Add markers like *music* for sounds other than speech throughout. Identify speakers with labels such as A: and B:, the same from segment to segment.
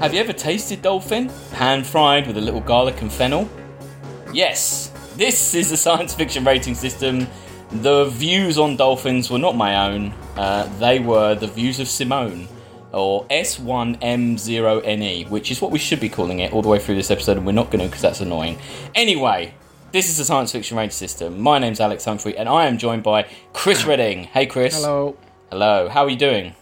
A: Have you ever tasted dolphin? Pan fried with a little garlic and fennel? Yes, this is the science fiction rating system. The views on dolphins were not my own, uh, they were the views of Simone, or S1M0NE, E, which is what we should be calling it all the way through this episode, and we're not going to because that's annoying. Anyway, this is the science fiction rating system. My name's Alex Humphrey, and I am joined by Chris Redding. Hey, Chris.
B: Hello.
A: Hello. How are you doing?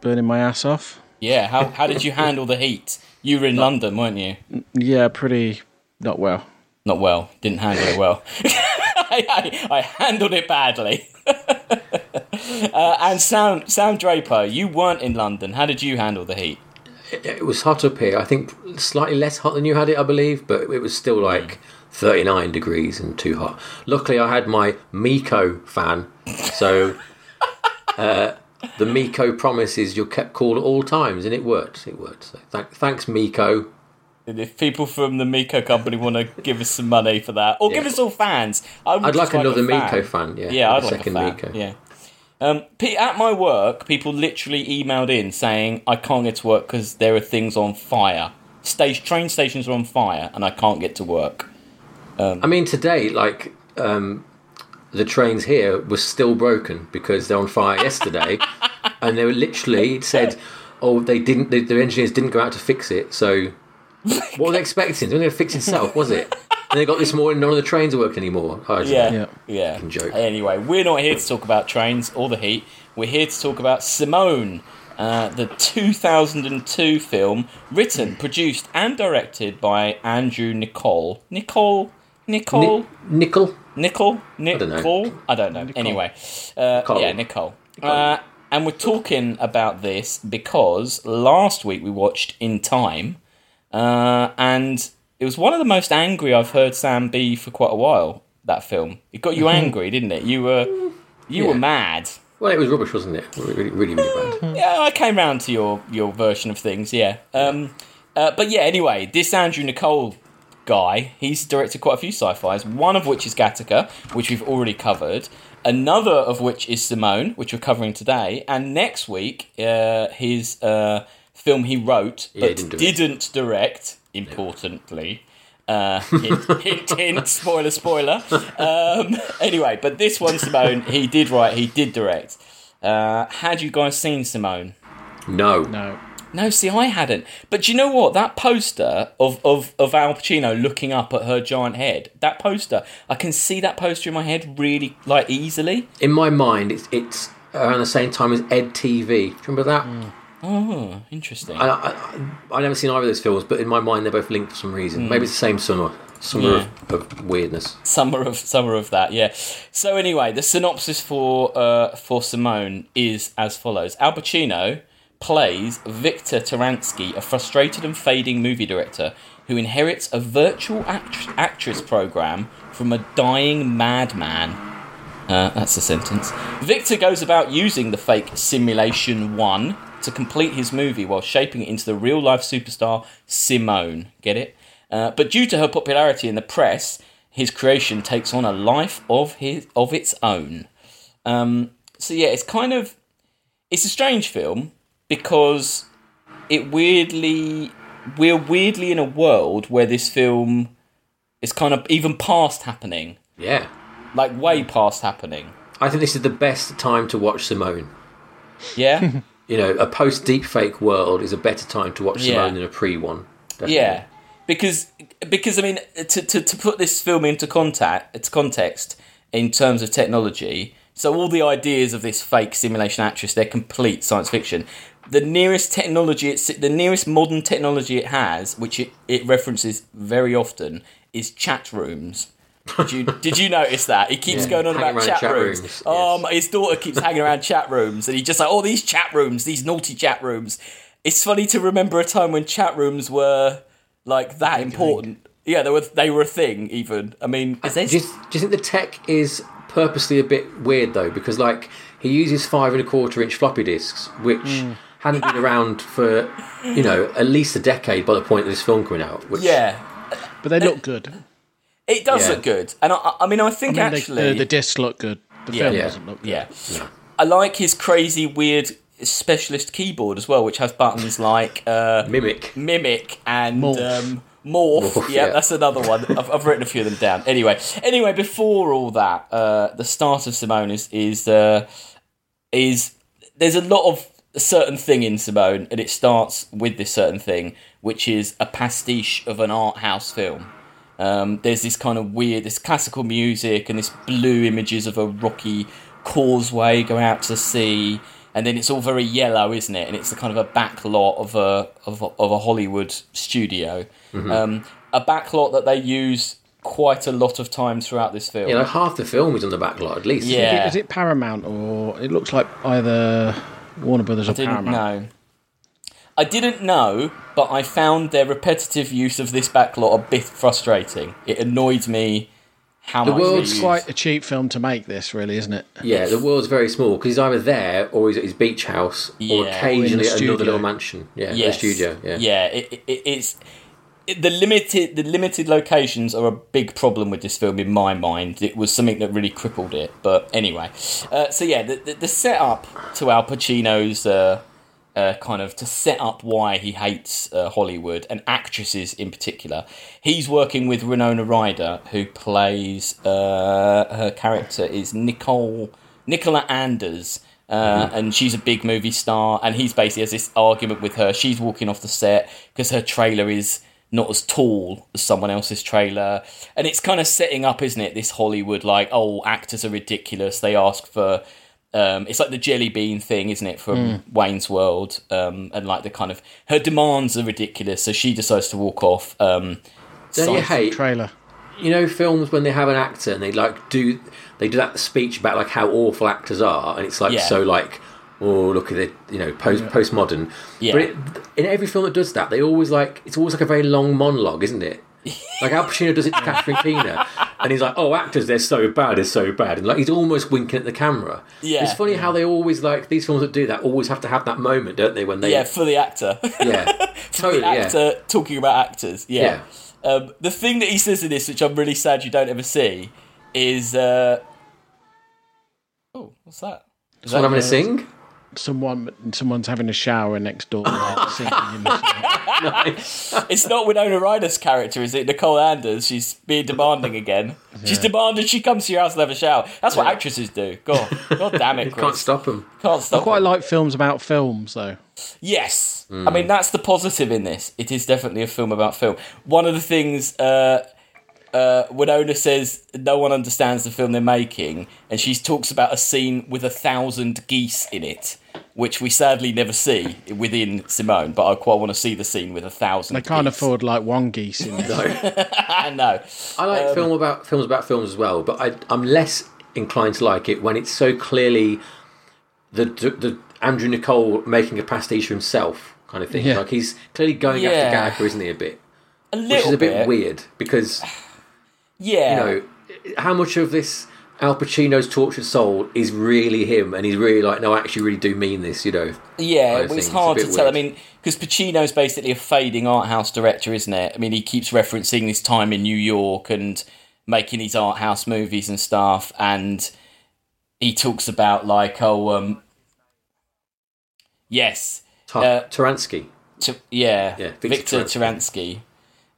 B: Burning my ass off.
A: Yeah, how, how did you handle the heat? You were in London, weren't you?
B: Yeah, pretty not well.
A: Not well. Didn't handle it well. *laughs* I, I, I handled it badly. *laughs* uh, and Sam, Sam Draper, you weren't in London. How did you handle the heat?
C: It was hot up here. I think slightly less hot than you had it, I believe, but it was
A: Hmm.
C: still like 39 degrees and too hot. Luckily, I had my Miko fan,
A: *laughs*
C: so uh, the Miko promises you're kept cool at all times, and it worked. It worked. So th- thanks, Miko.
A: And if people from the Miko company want to give us some money for that, or give
C: Yeah.
A: us all fans, I would
C: I'd
A: just
C: like another
A: a fan.
C: Miko fan. Yeah,
A: Yeah,
C: a
A: I'd like
C: second
A: a fan.
C: Miko.
A: Yeah. Um, pe- at my work, people literally emailed in saying, "I can't get to work because there are things on fire. Stage train stations are on fire, and I can't get to work."
C: I mean, today, like um, the trains here were still broken because they're on fire yesterday, and they were literally it said, "Oh, they didn't. The, the engineers didn't go out to fix it." So, what were they expecting? They were going to fix itself, was it? And they got this morning. None of the trains are working anymore. I was like,
A: Yeah, yeah.
B: Yeah.
C: joke.
A: Anyway, we're not here to talk about trains or the heat. We're here to talk about Simone, uh, the 2002 film written, produced, and directed by Andrew Nicole. Nicole. Nicole.
C: Ni- nickel.
A: Nicole? Nicole?
C: don't know.
A: I don't know. Anyway, uh,
C: Nicole.
A: yeah, Nicole. Uh, and we're talking about this because last week we watched In Time, uh, and it was one of the most angry I've heard Sam be for quite a while. That film, it got you angry, didn't it? You were, you were
C: Mm-hmm. Yeah.
A: mad.
C: Well, it was rubbish, wasn't it? Really,
A: *laughs*
C: really, really bad.
A: Mm-hmm. Yeah, I came round to your your version of things. Yeah. Um, uh, but yeah, anyway, this Andrew Nicole guy, he's directed quite a few sci-fi's. One of which is Gattaca, which we've already covered. Another of which is Simone, which we're covering today. And next week, uh, his uh, film he wrote but
C: he didn't do it.
A: didn't direct, importantly. Uh, hint,
C: *laughs*
A: hint, hint, spoiler, spoiler. Um, anyway, but this one, Simone, he did write, he did direct. Uh, had you guys seen Simone?
C: No.
B: No.
A: No, see, I hadn't. But do you know what? That poster of, of, of Al Pacino looking up at her giant head, that poster, I can see that poster in my head really, like, easily.
C: In my mind, it's it's around the same time as Ed TV. Do you remember that?
A: Oh, interesting.
C: I, I, I never seen either of those films, but in my mind they're both linked for some reason. Maybe it's the same summer, summer of, of weirdness.
A: summer of summer of that yeah so anyway the synopsis for uh, for simone is as follows al pacino plays victor Taransky, a frustrated and fading movie director who inherits a virtual act- actress program from a dying madman uh, that's the sentence. Victor goes about using the fake Simulation 1 to complete his movie while shaping it into the real life superstar Simone. Get it? Uh, but due to her popularity in the press, his creation takes on a life of his of its own. Um, so yeah, it's kind of it's a strange film because it weirdly we're weirdly in a world where this film is kind of even past happening,
C: Yeah,
A: like way past happening.
C: I think this is the best time to watch Simone.
A: Yeah,
C: You know, a post deepfake world is a better time to watch
A: Yeah.
C: Simone than a pre one. definitely.
A: yeah. Because because I mean to, to, to put this film into contact its context in terms of technology. So all the ideas of this fake simulation actress they're complete science fiction. The nearest technology it's the nearest modern technology it has, which it, it references very often, is chat rooms. Did you did you notice that? He keeps
C: Yeah.
A: going on
C: Hanging
A: about
C: around
A: chat,
C: chat
A: rooms.
C: rooms,
A: Oh,
C: yes.
A: my- his daughter keeps hanging around chat rooms, and he's just like, "Oh, these chat rooms, these naughty chat rooms." It's funny to remember a time when chat rooms were like that important. Yeah, they were they were a thing. Even I mean, is there
C: Do you, do you think the tech is purposely a bit weird though? Because like he uses five and a quarter inch floppy disks, which
A: Hmm.
C: hadn't been around for you know at least a decade by the point of this film coming out. Which,
A: yeah,
B: But they look
A: Uh,
B: good.
A: it does
C: Yeah.
A: look good, and I- I, I mean, uh, I think
B: I mean, they- uh,
A: actually,
B: the, the discs look good. The film
A: Yeah.
B: doesn't look good.
A: yeah. I like his crazy, weird specialist keyboard as well, which has buttons like uh,
C: Mimic.
A: mimic and
B: Morph.
A: um, morph.
C: Morph,
A: yeah,
C: yeah.
A: that's another one. I've, I've written a few of them down. Anyway, anyway, before all that, uh, the start of Simone is is, uh, is there's a lot of a certain thing in Simone, and it starts with this certain thing, which is a pastiche of an art house film. Um, there's this kind of weird, this classical music and this blue images of a rocky causeway going out to sea, and then it's all very yellow, isn't it? And it's the kind of a back lot of a of a, of a Hollywood studio,
B: Mm-hmm.
A: um, a back lot that they use quite a lot of times throughout this film.
C: You know, half the film is on the back lot at least.
A: Yeah.
B: Is it Paramount or it looks like either Warner Brothers or
A: didn't
B: Paramount?
A: know. I didn't know, but I found their repetitive use of this backlot a bit frustrating. It annoyed me how much
C: world's
A: they use-
B: Quite a cheap film to make this, really, isn't it?
C: Yeah, the world's very small because he's either there or he's at his beach house or
A: Yeah.
B: Or in
C: occasionally
B: the
C: at another
B: studio.
C: little mansion. Yeah, the
A: Yes.
C: studio. Yeah.
A: it, it, it- it's it- the limited the limited locations are a big problem with this film in my mind. It was something that really crippled it. But anyway, uh, so yeah, the, the, the setup to Al Pacino's. Uh, uh, kind of to set up why he hates uh, Hollywood and actresses in particular. He's working with Renona Ryder, who plays uh, her character is Nicole Nicola Anders, uh, and she's a big movie star. And he's basically has this argument with her. She's walking off the set because her trailer is not as tall as someone else's trailer. And it's kind of setting up, isn't it, this Hollywood like, oh, actors are ridiculous. They ask for. Um, it's like the jelly bean thing, isn't it, from Wayne's World? Um, and like the kind of her demands are ridiculous, so she decides to walk off. Um,
C: Don't you
A: science-
C: hate
B: Trailer.
C: you know films when they have an actor and they like do they do that speech about like how awful actors are and it's like
A: Yeah.
C: so like oh look at it you know post postmodern
A: Yeah.
C: but it, in every film that does that they always like it's always like a very long monologue isn't it
A: *laughs*
C: like Al Pacino does it to Catherine Keener and he's like oh actors they're so bad they're so bad and like he's almost winking at the camera
A: Yeah.
C: it's funny how they always like these films that do that always have to have that moment don't they when they
A: yeah, for the actor.
C: *laughs*
A: *laughs*
C: yeah totally
A: the actor
C: yeah
A: talking about actors. Yeah. Um, the thing that he says in this, which I'm really sad you don't ever see, is uh... oh, what's that? Is
C: someone having
A: that
C: a sing
B: Someone, someone's having a shower
A: *laughs*
B: next door. like, singing and-
A: it's not Winona Ryder's character, is it? Nicole Anders. She's being demanding again. She's demanding. She comes to your house and have a shower. That's what actresses do. God, God damn it, Chris.
C: *laughs* can't stop him
A: Can't stop.
B: Quite
A: it.
B: like films about films, though.
A: Yes,
C: Hmm.
A: I mean that's the positive in this. It is definitely a film about film. One of the things uh, uh, Winona says, no one understands the film they're making, and she talks about a scene with a thousand geese in it, which we sadly never see within Simone. But I quite want to see the scene with a thousand.
B: They can't
A: geese.
B: afford like one
A: *laughs*
B: geese in there.
C: no
A: I know.
C: I like
A: Um,
C: film about films about films as well, but I, I'm less inclined to like it when it's so clearly the the Andrew Nicole making a pastiche for himself kind of thing.
B: Yeah.
C: Like he's clearly going
A: Yeah.
C: after Gallagher, isn't he? A bit,
A: A little
C: which is a bit,
A: bit
C: weird because you
A: Yeah.
C: know how much of this Al Pacino's tortured soul is really him, and he's really like, no, I actually really do mean this, you know.
A: Yeah,
C: I
A: well,
C: think
A: it's
C: it's a
A: hard to
C: bit
A: tell. I
C: weird.
A: mean, because Pacino's basically a fading art house director, isn't it? I mean, he keeps referencing his time in New York and making these art house movies and stuff, and he talks about like, oh, um, yes,
C: Ta-
A: Uh,
C: Taransky.
A: T- yeah,
C: Yeah,
A: Victor
C: Victor
A: Taransky.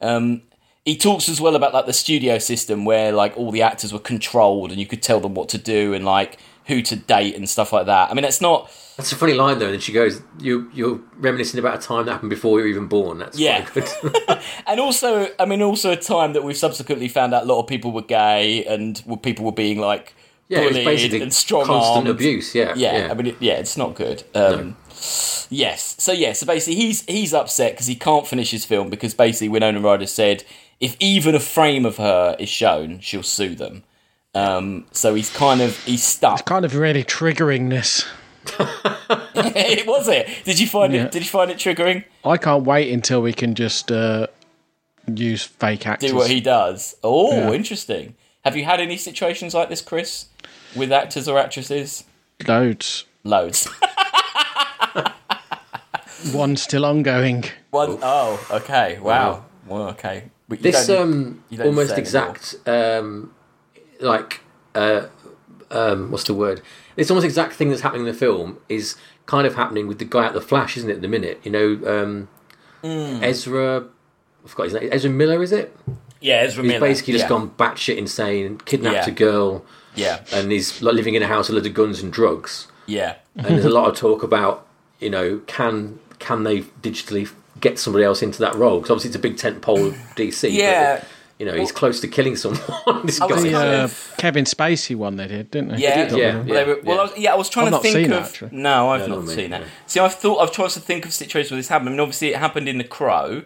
A: Um, he talks as well about like the studio system where like all the actors were controlled and you could tell them what to do and like who to date and stuff like that. I mean, it's not.
C: That's a funny line though. And then she goes, "You you're reminiscing about a time that happened before you were even born." That's
A: Yeah.
C: quite good.
A: *laughs*
C: *laughs*
A: and also, I mean, also a time that we've subsequently found out a lot of people were gay and were- people were being like
C: Yeah, it was
A: bullied
C: basically
A: and strong
C: constant
A: armed.
C: abuse. Yeah,
A: Yeah, I mean, it, yeah, it's not good. Um, Yes, so yeah, so basically he's he's upset because he can't finish his film because basically Winona Ryder said if even a frame of her is shown, she'll sue them. Um, so he's kind of he's
C: *laughs*
A: stuck. *laughs*
B: Kind of really triggering this.
A: it was it. Did you find
B: Yeah.
A: it? Did you find it triggering?
B: I can't wait until we can just uh, use fake actors.
A: do what he does. Oh,
B: Yeah.
A: interesting. Have you had any situations like this, Chris, with actors or actresses?
B: Loads.
A: Loads. *laughs*
B: One still ongoing.
A: One, oh, okay. Wow. Well, okay. But you
C: this
A: don't-
C: um
A: you don't
C: almost
A: say
C: exact um like uh um what's the word? This almost exact thing that's happening in the film is kind of happening with the guy at the Flash, isn't it? At the minute, you know, um,
A: Hmm.
C: Ezra. I forgot his name. Ezra Miller, is it?
A: Yeah, Ezra
C: He's
A: Miller.
C: basically just
A: yeah.
C: gone batshit insane, kidnapped
A: Yeah.
C: a girl,
A: Yeah,
C: and he's like living in a house with a load of guns and drugs.
A: yeah, *laughs*
C: And there's a lot of talk about, you know, can can they digitally get somebody else into that role? Because obviously it's a big tent pole of DC. but,
A: Yeah.
C: you know, he's close to killing someone. *laughs*
A: was
C: this guy.
A: gonna
B: The, uh,
A: Yeah.
B: Kevin Spacey one they did, didn't they?
A: yeah,
C: yeah,
A: Well, they were- well, I was, yeah. I was trying
B: I've
A: to
B: not
A: think
B: seen that,
A: of
B: actually.
A: no, I've
C: No,
A: not
C: me
A: seen that.
C: neither.
A: See, I've thought I've tried to think of situations where this happened. I mean, obviously, it happened in The Crow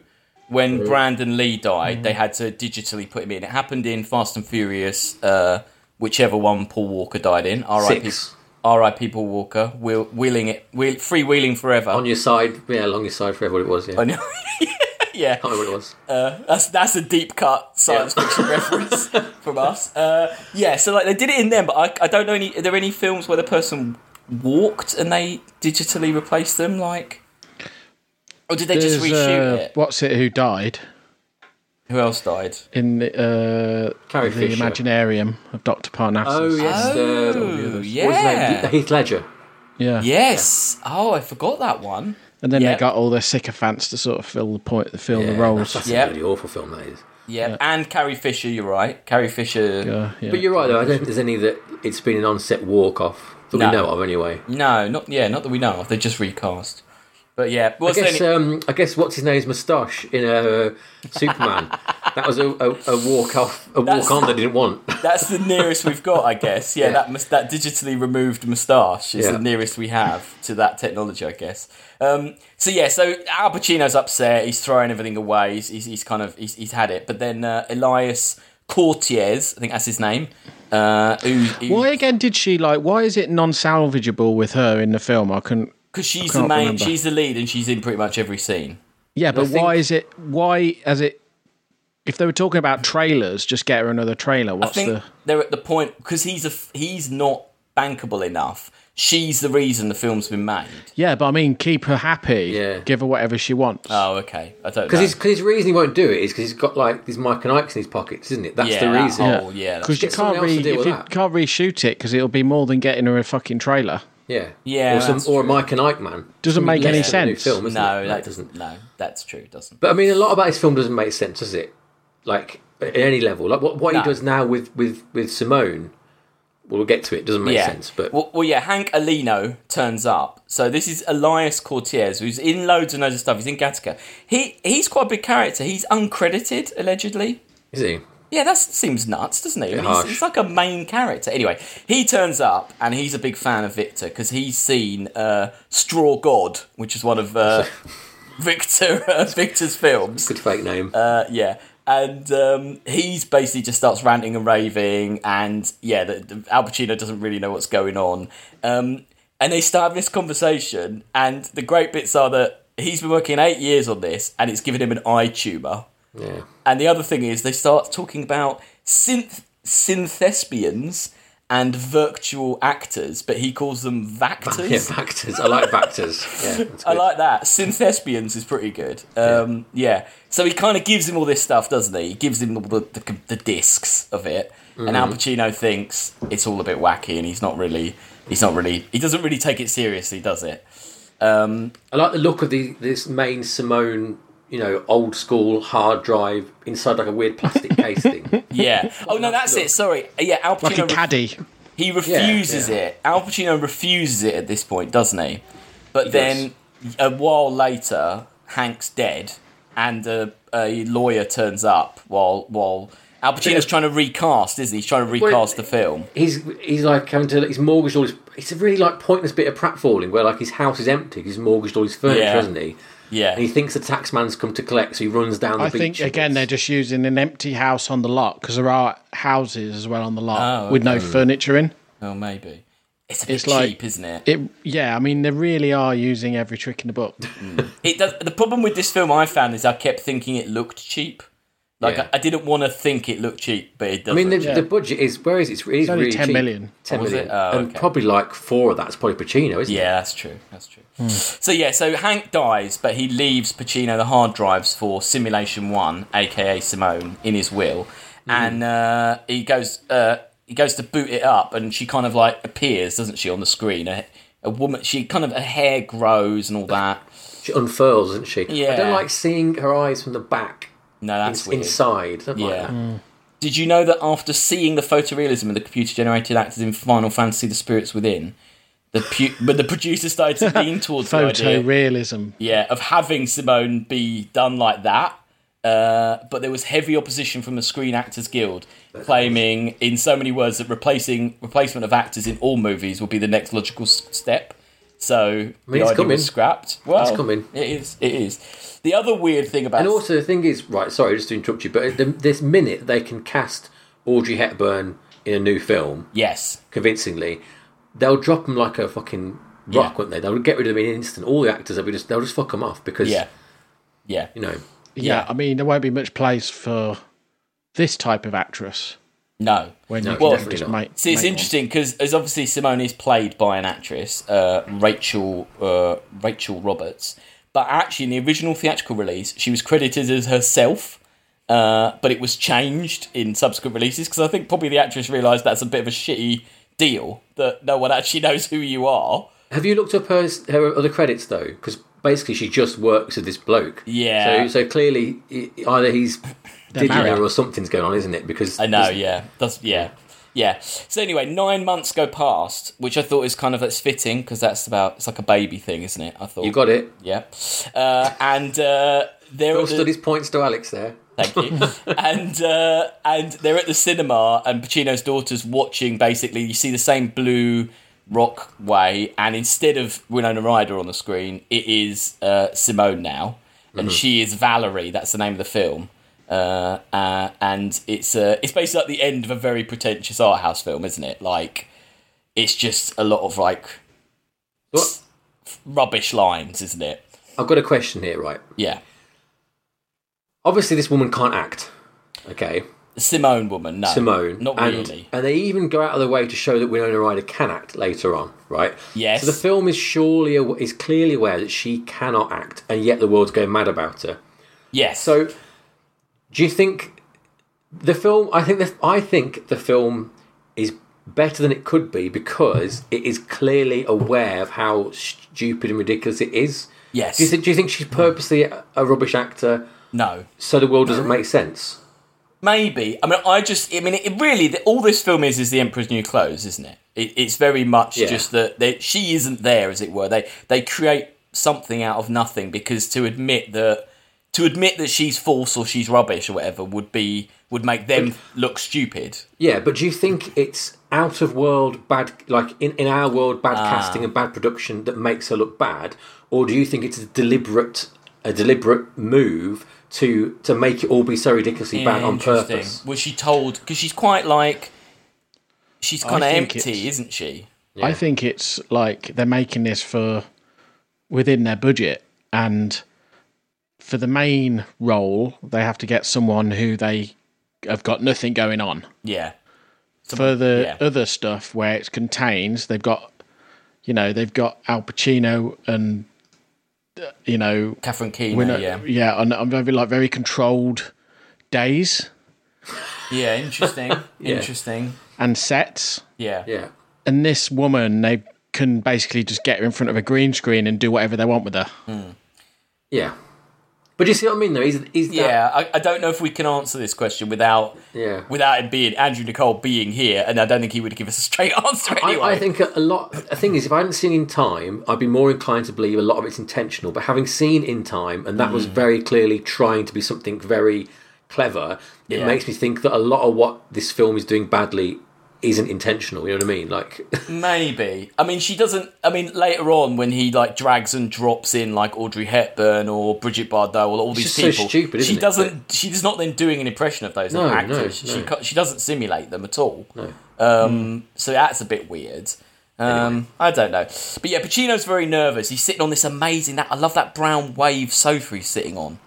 A: when Brandon Lee died.
B: Mm-hmm.
A: They had to digitally put him in. It happened in Fast and Furious, uh, whichever one Paul Walker died in. R.I.P.
C: Six.
A: R.I.P. Paul Walker, wheel, wheeling it, wheel, free wheeling forever.
C: On your side, yeah, along your side forever. What it
A: *laughs*
C: was, yeah. I can't
A: yeah,
C: remember what it was.
A: That's that's a deep cut science
C: Yeah.
A: fiction reference from us. Uh, yeah, so like they did it in them, but I, I don't know any. Are there any films where the person walked and they digitally replaced them? Like, or did they just
B: There's,
A: reshoot
B: uh,
A: it?
B: What's it? Who died
A: Who else died?
B: in the uh,
C: Carrie
B: the
C: Fisher.
B: Imaginarium of Doctor Parnassus?
C: Oh yes,
A: Oh,
C: the,
A: yeah.
C: What's his name? Heath Ledger.
B: yeah.
A: Yes. Oh, I forgot that one.
B: And then
A: Yeah.
B: they got all their sycophants to sort of fill the point, fill
C: Yeah,
B: the roles.
C: That's, that's
A: Yeah.
C: a really awful film that is.
A: Yeah. and Carrie Fisher. You're right. Carrie Fisher.
B: Uh, yeah.
C: But you're right though. I don't think there's any that it's been an on-set walk-off that
A: No.
C: we know of anyway.
A: No, not yeah, not that we know of. They just recast. But yeah,
C: I
A: was there
C: guess
A: any-
C: um, I guess what's his name's moustache in uh, Superman. that was a, a, a walk off, a
A: That's-
C: walk on they
A: *laughs*
C: didn't want.
A: That's the nearest we've got, I guess. Yeah, that mus- that digitally removed moustache is
C: Yeah.
A: the nearest we have to that technology, I guess. Um, so yeah, so Al Pacino's upset. He's throwing everything away. He's he's, he's kind of he's, he's had it. But then uh, Elias Cortez, I think that's his name. Uh, who,
B: Why again did she like? Why is it non-salvageable with her in the film? I couldn't.
A: Because she's
B: I
A: the
B: can't
A: main,
B: remember.
A: she's the lead, and she's in pretty much every scene.
B: Yeah, but
C: I think-
B: why is it? Why as it? If they were talking about trailers, just get her another trailer.
A: I
B: What's
A: think
B: the?
A: they're at the point because he's a f- he's not bankable enough. She's the reason the film's been made.
B: Yeah, but I mean, keep her happy.
C: Yeah.
B: Give her whatever she wants.
A: Oh, okay. I don't know.
C: Because his, 'cause his reason he won't do it is because he's got like these Mike and Ikes in his pockets, isn't it? That's
A: yeah,
C: the
A: that
C: reason.
B: Oh.
A: whole- yeah, that's
B: Because you
C: Get someone
B: can't
C: else
B: re-
C: to deal
B: if
C: with
B: you
C: that.
B: can't reshoot it because it'll be more than getting her a fucking trailer.
C: Yeah,
A: Yeah,
C: Or,
A: that's
C: some, or a Mike and Ike man
B: Doesn't make any
C: Less than a new
B: sense.
C: Film, isn't
A: no,
C: it?
A: that
C: Like, doesn't.
A: doesn't. No, that's true. It doesn't.
C: But I mean, a lot about his film doesn't make sense, does it? Like at any level, like what, what
A: No.
C: he does now with with with Simone. Well, we'll get to it. Doesn't make
A: yeah.
C: sense, but
A: well, well, yeah. Hank Alino turns up. So this is Elias Cortez, who's in loads and loads of stuff. He's in Gattaca. He he's quite a big character. He's uncredited allegedly.
C: is he?
A: Yeah, that seems nuts, doesn't it? He's,
C: harsh.
A: he's like a main character. Anyway, he turns up and he's a big fan of Victor because he's seen uh, Straw God, which is one of
C: *laughs*
A: uh, Victor uh, Victor's films.
C: Good fake name.
A: Uh, yeah. And um, he's basically just starts ranting and raving, and yeah, the, the, Al Pacino doesn't really know what's going on. Um, and they start having this conversation, and the great bits are that he's been working eight years on this, and it's given him an eye tumor.
C: yeah. *laughs*
A: And the other thing is, they start talking about synth synthespians and virtual actors, but he calls them vactors.
C: Yeah, Vactors. I like Vactors. Yeah, that's
A: I
C: good.
A: like that. Synthespians is pretty good. Um, yeah. So he kind of gives him all this stuff, doesn't he? He gives him all the, the, the discs of it.
B: Mm.
A: And Al Pacino thinks it's all a bit wacky and he's not really, he's not really, he doesn't really take it seriously, does it?
C: I like the look of the this main Simone, you know, old school hard drive inside like a
B: *laughs*
C: weird plastic case thing.
A: Yeah. oh, no, that's it.
C: look.
A: Sorry. Yeah, Al Pacino.
B: Like a
A: ref-
B: caddy.
A: He refuses
C: yeah.
A: it. Al Pacino refuses it at this point, doesn't he? But then a while later, Hank's dead, and a, a lawyer turns up while while Al Pacino's trying to recast, isn't he? He's trying to recast the film.
C: He's he's like having to he's mortgaged all his. It's a really like pointless bit of pratfalling where like his house is empty. 'cause He's mortgaged all his furniture,
A: Yeah.
C: hasn't he?
A: Yeah,
C: And he thinks the taxman's come to collect, so he runs down the
B: I
C: beach.
B: think
C: and
B: again they're
C: it's-
B: just using an empty house on the lot because there are houses as well on the lot with no furniture in.
A: oh maybe it's a bit
B: It's
A: cheap,
B: like-
A: isn't it?
B: It yeah, I mean they really are using every trick in the book.
A: It does, the problem with this film I found is I kept thinking it looked cheap. Like
C: Yeah.
A: I, I didn't want to think it looked cheap, but it doesn't.
C: I mean, the, the budget is where is it? It's really,
B: only
C: really
B: 10
C: cheap.
B: million.
C: Ten
A: Oh, was it?
C: million,
A: Oh,
C: and
A: okay.
C: probably like four of that's probably Pacino, isn't it?
A: Yeah, that's true. That's true. So yeah, so Hank dies, but he leaves Pacino the hard drives for Simulation One, aka Simone, in his will, and uh, he goes uh, he goes to boot it up, and she kind of like appears, doesn't she, on the screen? Uh, a woman. She kind of her hair grows and all that.
C: She unfurls, isn't she? I
A: Yeah.
C: don't like seeing her eyes from the back
A: No, that's
C: ins-
A: weird.
C: inside. I don't like
A: Yeah.
C: that.
A: Did you know that after seeing the photorealism of the computer-generated actors in Final Fantasy: The Spirits Within, the pu- but the producers started to lean towards the idea,
B: Photorealism.
A: yeah, of having Simone be done like that. Uh, but there was heavy opposition from the Screen Actors Guild, claiming, in so many words, that replacing replacement of actors in all movies will be the next logical s- step. So the
C: it's
A: idea
C: coming.
A: was scrapped. Well,
C: coming.
A: It is. It is. The other weird thing about
C: And also, the thing is, right? Sorry, just to interrupt you, but the, this minute they can cast Audrey Hepburn in a new film
A: yes,
C: convincingly, they'll drop them like a fucking rock,
A: Yeah.
C: won't they? They'll get rid of them in an instant. All the actors, they'll be just they'll just fuck them off because
A: yeah, yeah.
C: you know
B: Yeah,
A: Yeah.
B: I mean, there won't be much place for this type of actress
A: No.
B: when you
A: Well,
B: can
C: definitely
B: just
C: not.
B: make.
A: See, it's
B: make
A: interesting because as obviously Simone is played by an actress, uh, Rachel uh, Rachel Roberts, but actually in the original theatrical release, she was credited as herself. Uh, but it was changed in subsequent releases because I think probably the actress realised that's a bit of a shitty deal that no one actually *laughs* knows who you are.
C: Have you looked up her her other credits though? Because basically she just works with this bloke.
A: Yeah.
C: So so clearly i- either he's digging
B: married.
C: her or something's going on, isn't it? Because
A: I know,
C: there's-
A: yeah. That's yeah. Yeah. So anyway, nine months go past, which I thought is kind of that's fitting because that's about it's like a baby thing, isn't it? I thought
C: you got it.
A: Yeah. Uh, and uh, they're
C: Bill
A: at the-
C: studies points to Alex there.
A: thank
C: *laughs*
A: you. and uh, and they're at the cinema, and Pacino's daughter's watching. Basically, you see the same blue rock way, and instead of Winona Ryder on the screen, it is uh, Simone now, and
C: Mm-hmm.
A: she is Valerie. That's the name of the film. Uh, uh, and it's uh, it's basically like the end of a very pretentious art house film, isn't it? Like, it's just a lot of like
C: What?
A: rubbish lines, isn't it?
C: I've got a question here, right?
A: Yeah.
C: Obviously, this woman can't act. Okay,
A: Simone woman, no.
C: Simone.
A: Not
C: and,
A: really.
C: And they even go out of their way to show that Winona Ryder can act later on, right?
A: Yes.
C: So the film is surely aw- is clearly aware that she cannot act, and yet the world's going mad about her.
A: Yes.
C: So, do you think the film? I think the I think the film is better than it could be because it is clearly aware of how stupid and ridiculous it is.
A: yes.
C: Do you think? Do you think she's purposely a a rubbish actor
A: no.
C: so the world doesn't make sense?
A: Maybe. I mean, I just. I mean, it, it really. The, all this film is is the Emperor's New Clothes, isn't it? it it's very much
C: Yeah.
A: just that they, she isn't there, as it were. They they create something out of nothing because to admit that to admit that she's false or she's rubbish or whatever would be would make them look stupid.
C: Yeah, but do you think it's out of world bad, like in, in our world, bad
A: Ah.
C: casting and bad production that makes her look bad, or do you think it's a deliberate, a deliberate move to to make it all be so ridiculously bad on
A: Interesting.
C: purpose?
A: Was she told? Because she's quite like. She's kind of
B: think
A: empty,
B: it's-
A: isn't she?
B: I think it's like they're making this for within their budget, and for the main role, they have to get someone who they have got nothing going on.
A: Yeah.
B: for the
A: yeah.
B: other stuff where it's contained, they've got, you know, they've got Al Pacino and, uh, you know,
A: Catherine Keener.
B: we're not-
A: yeah.
B: yeah, on, on very like very controlled days
A: Yeah, interesting. Interesting.
B: and sets.
A: Yeah.
C: Yeah,
B: And this woman, they can basically just get her in front of a green screen and do whatever they want with her.
C: yeah. But do you see what I mean? Though, is is that,
A: Yeah, I, I don't know if we can answer this question without
C: Yeah.
A: without it being Andrew Nicole being here, and I don't think he would give us a straight *laughs* answer
C: I,
A: anyway.
C: I think a lot. The thing is, if I hadn't seen in time, I'd be more inclined to believe a lot of it's intentional. But having seen in time, and that was
A: Mm.
C: very clearly trying to be something very clever, it
A: Yeah.
C: makes me think that a lot of what this film is doing badly isn't intentional. You know what I mean? Like, *laughs*
A: Maybe. I mean, she doesn't. I mean, later on when he like drags and drops in like Audrey Hepburn or Bridget Bardot or all these
C: just so
A: people,
C: stupid,
A: she
C: isn't it?
A: doesn't. She's not then doing an impression of those
C: No, no,
A: actors. She
C: no.
A: ca- she doesn't simulate them at all.
C: no. Hmm.
A: Um, So that's a bit weird. Um,
C: Anyway.
A: I don't know, but yeah, Pacino's very nervous. He's sitting on this amazing. That I love that brown wave sofa he's sitting on.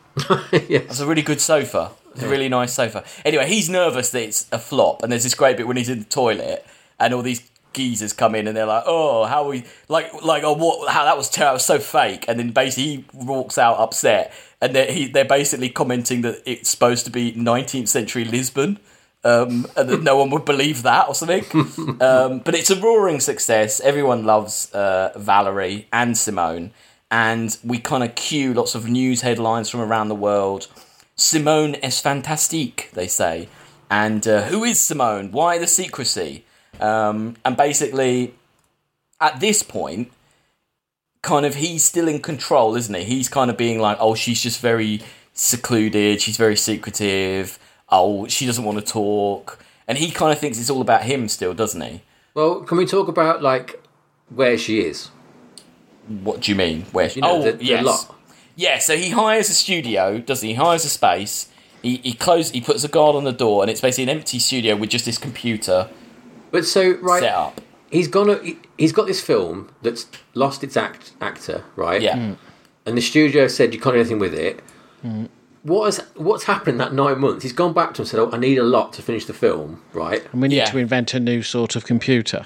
C: yes.
A: It's a really good sofa. It's a really nice sofa. Anyway, he's nervous that it's a flop, and there's this great bit when he's in the toilet, and all these geezers come in, and they're like, "Oh, how we like like oh what how that was terrible, was so fake." And then basically he walks out upset, and they're he, they're basically commenting that it's supposed to be 19th century Lisbon. um, and that no one would believe that or something. Um, but it's a roaring success. Everyone loves uh, Valerie and Simone, and we kind of cue lots of news headlines from around the world. Simone es fantastique, they say. And uh, who is Simone? Why the secrecy? Um, and basically, at this point, kind of he's still in control, isn't he? He's kind of being like, oh, she's just very secluded, she's very secretive, oh, she doesn't want to talk. And he kind of thinks it's all about him still, doesn't he?
C: Well, can we talk about like where she is?
A: What do you mean? Where?
C: You know,
A: oh,
C: the- the
A: yes.
C: lot.
A: Yeah, so he hires a studio, doesn't he? He hires a space. He he close he puts a guard on the door and it's basically an empty studio with just this computer
C: But so right,
A: set up.
B: Mm.
C: he's gonna he- he's got this film that's lost its act actor, right?
A: Yeah.
B: Mm.
C: And the studio said you can't do anything with it. What has what's happened in that nine months? He's gone back to him and said, "Oh, I need a lot to finish the film, right?"
B: And we need
A: Yeah.
B: to invent a new sort of computer,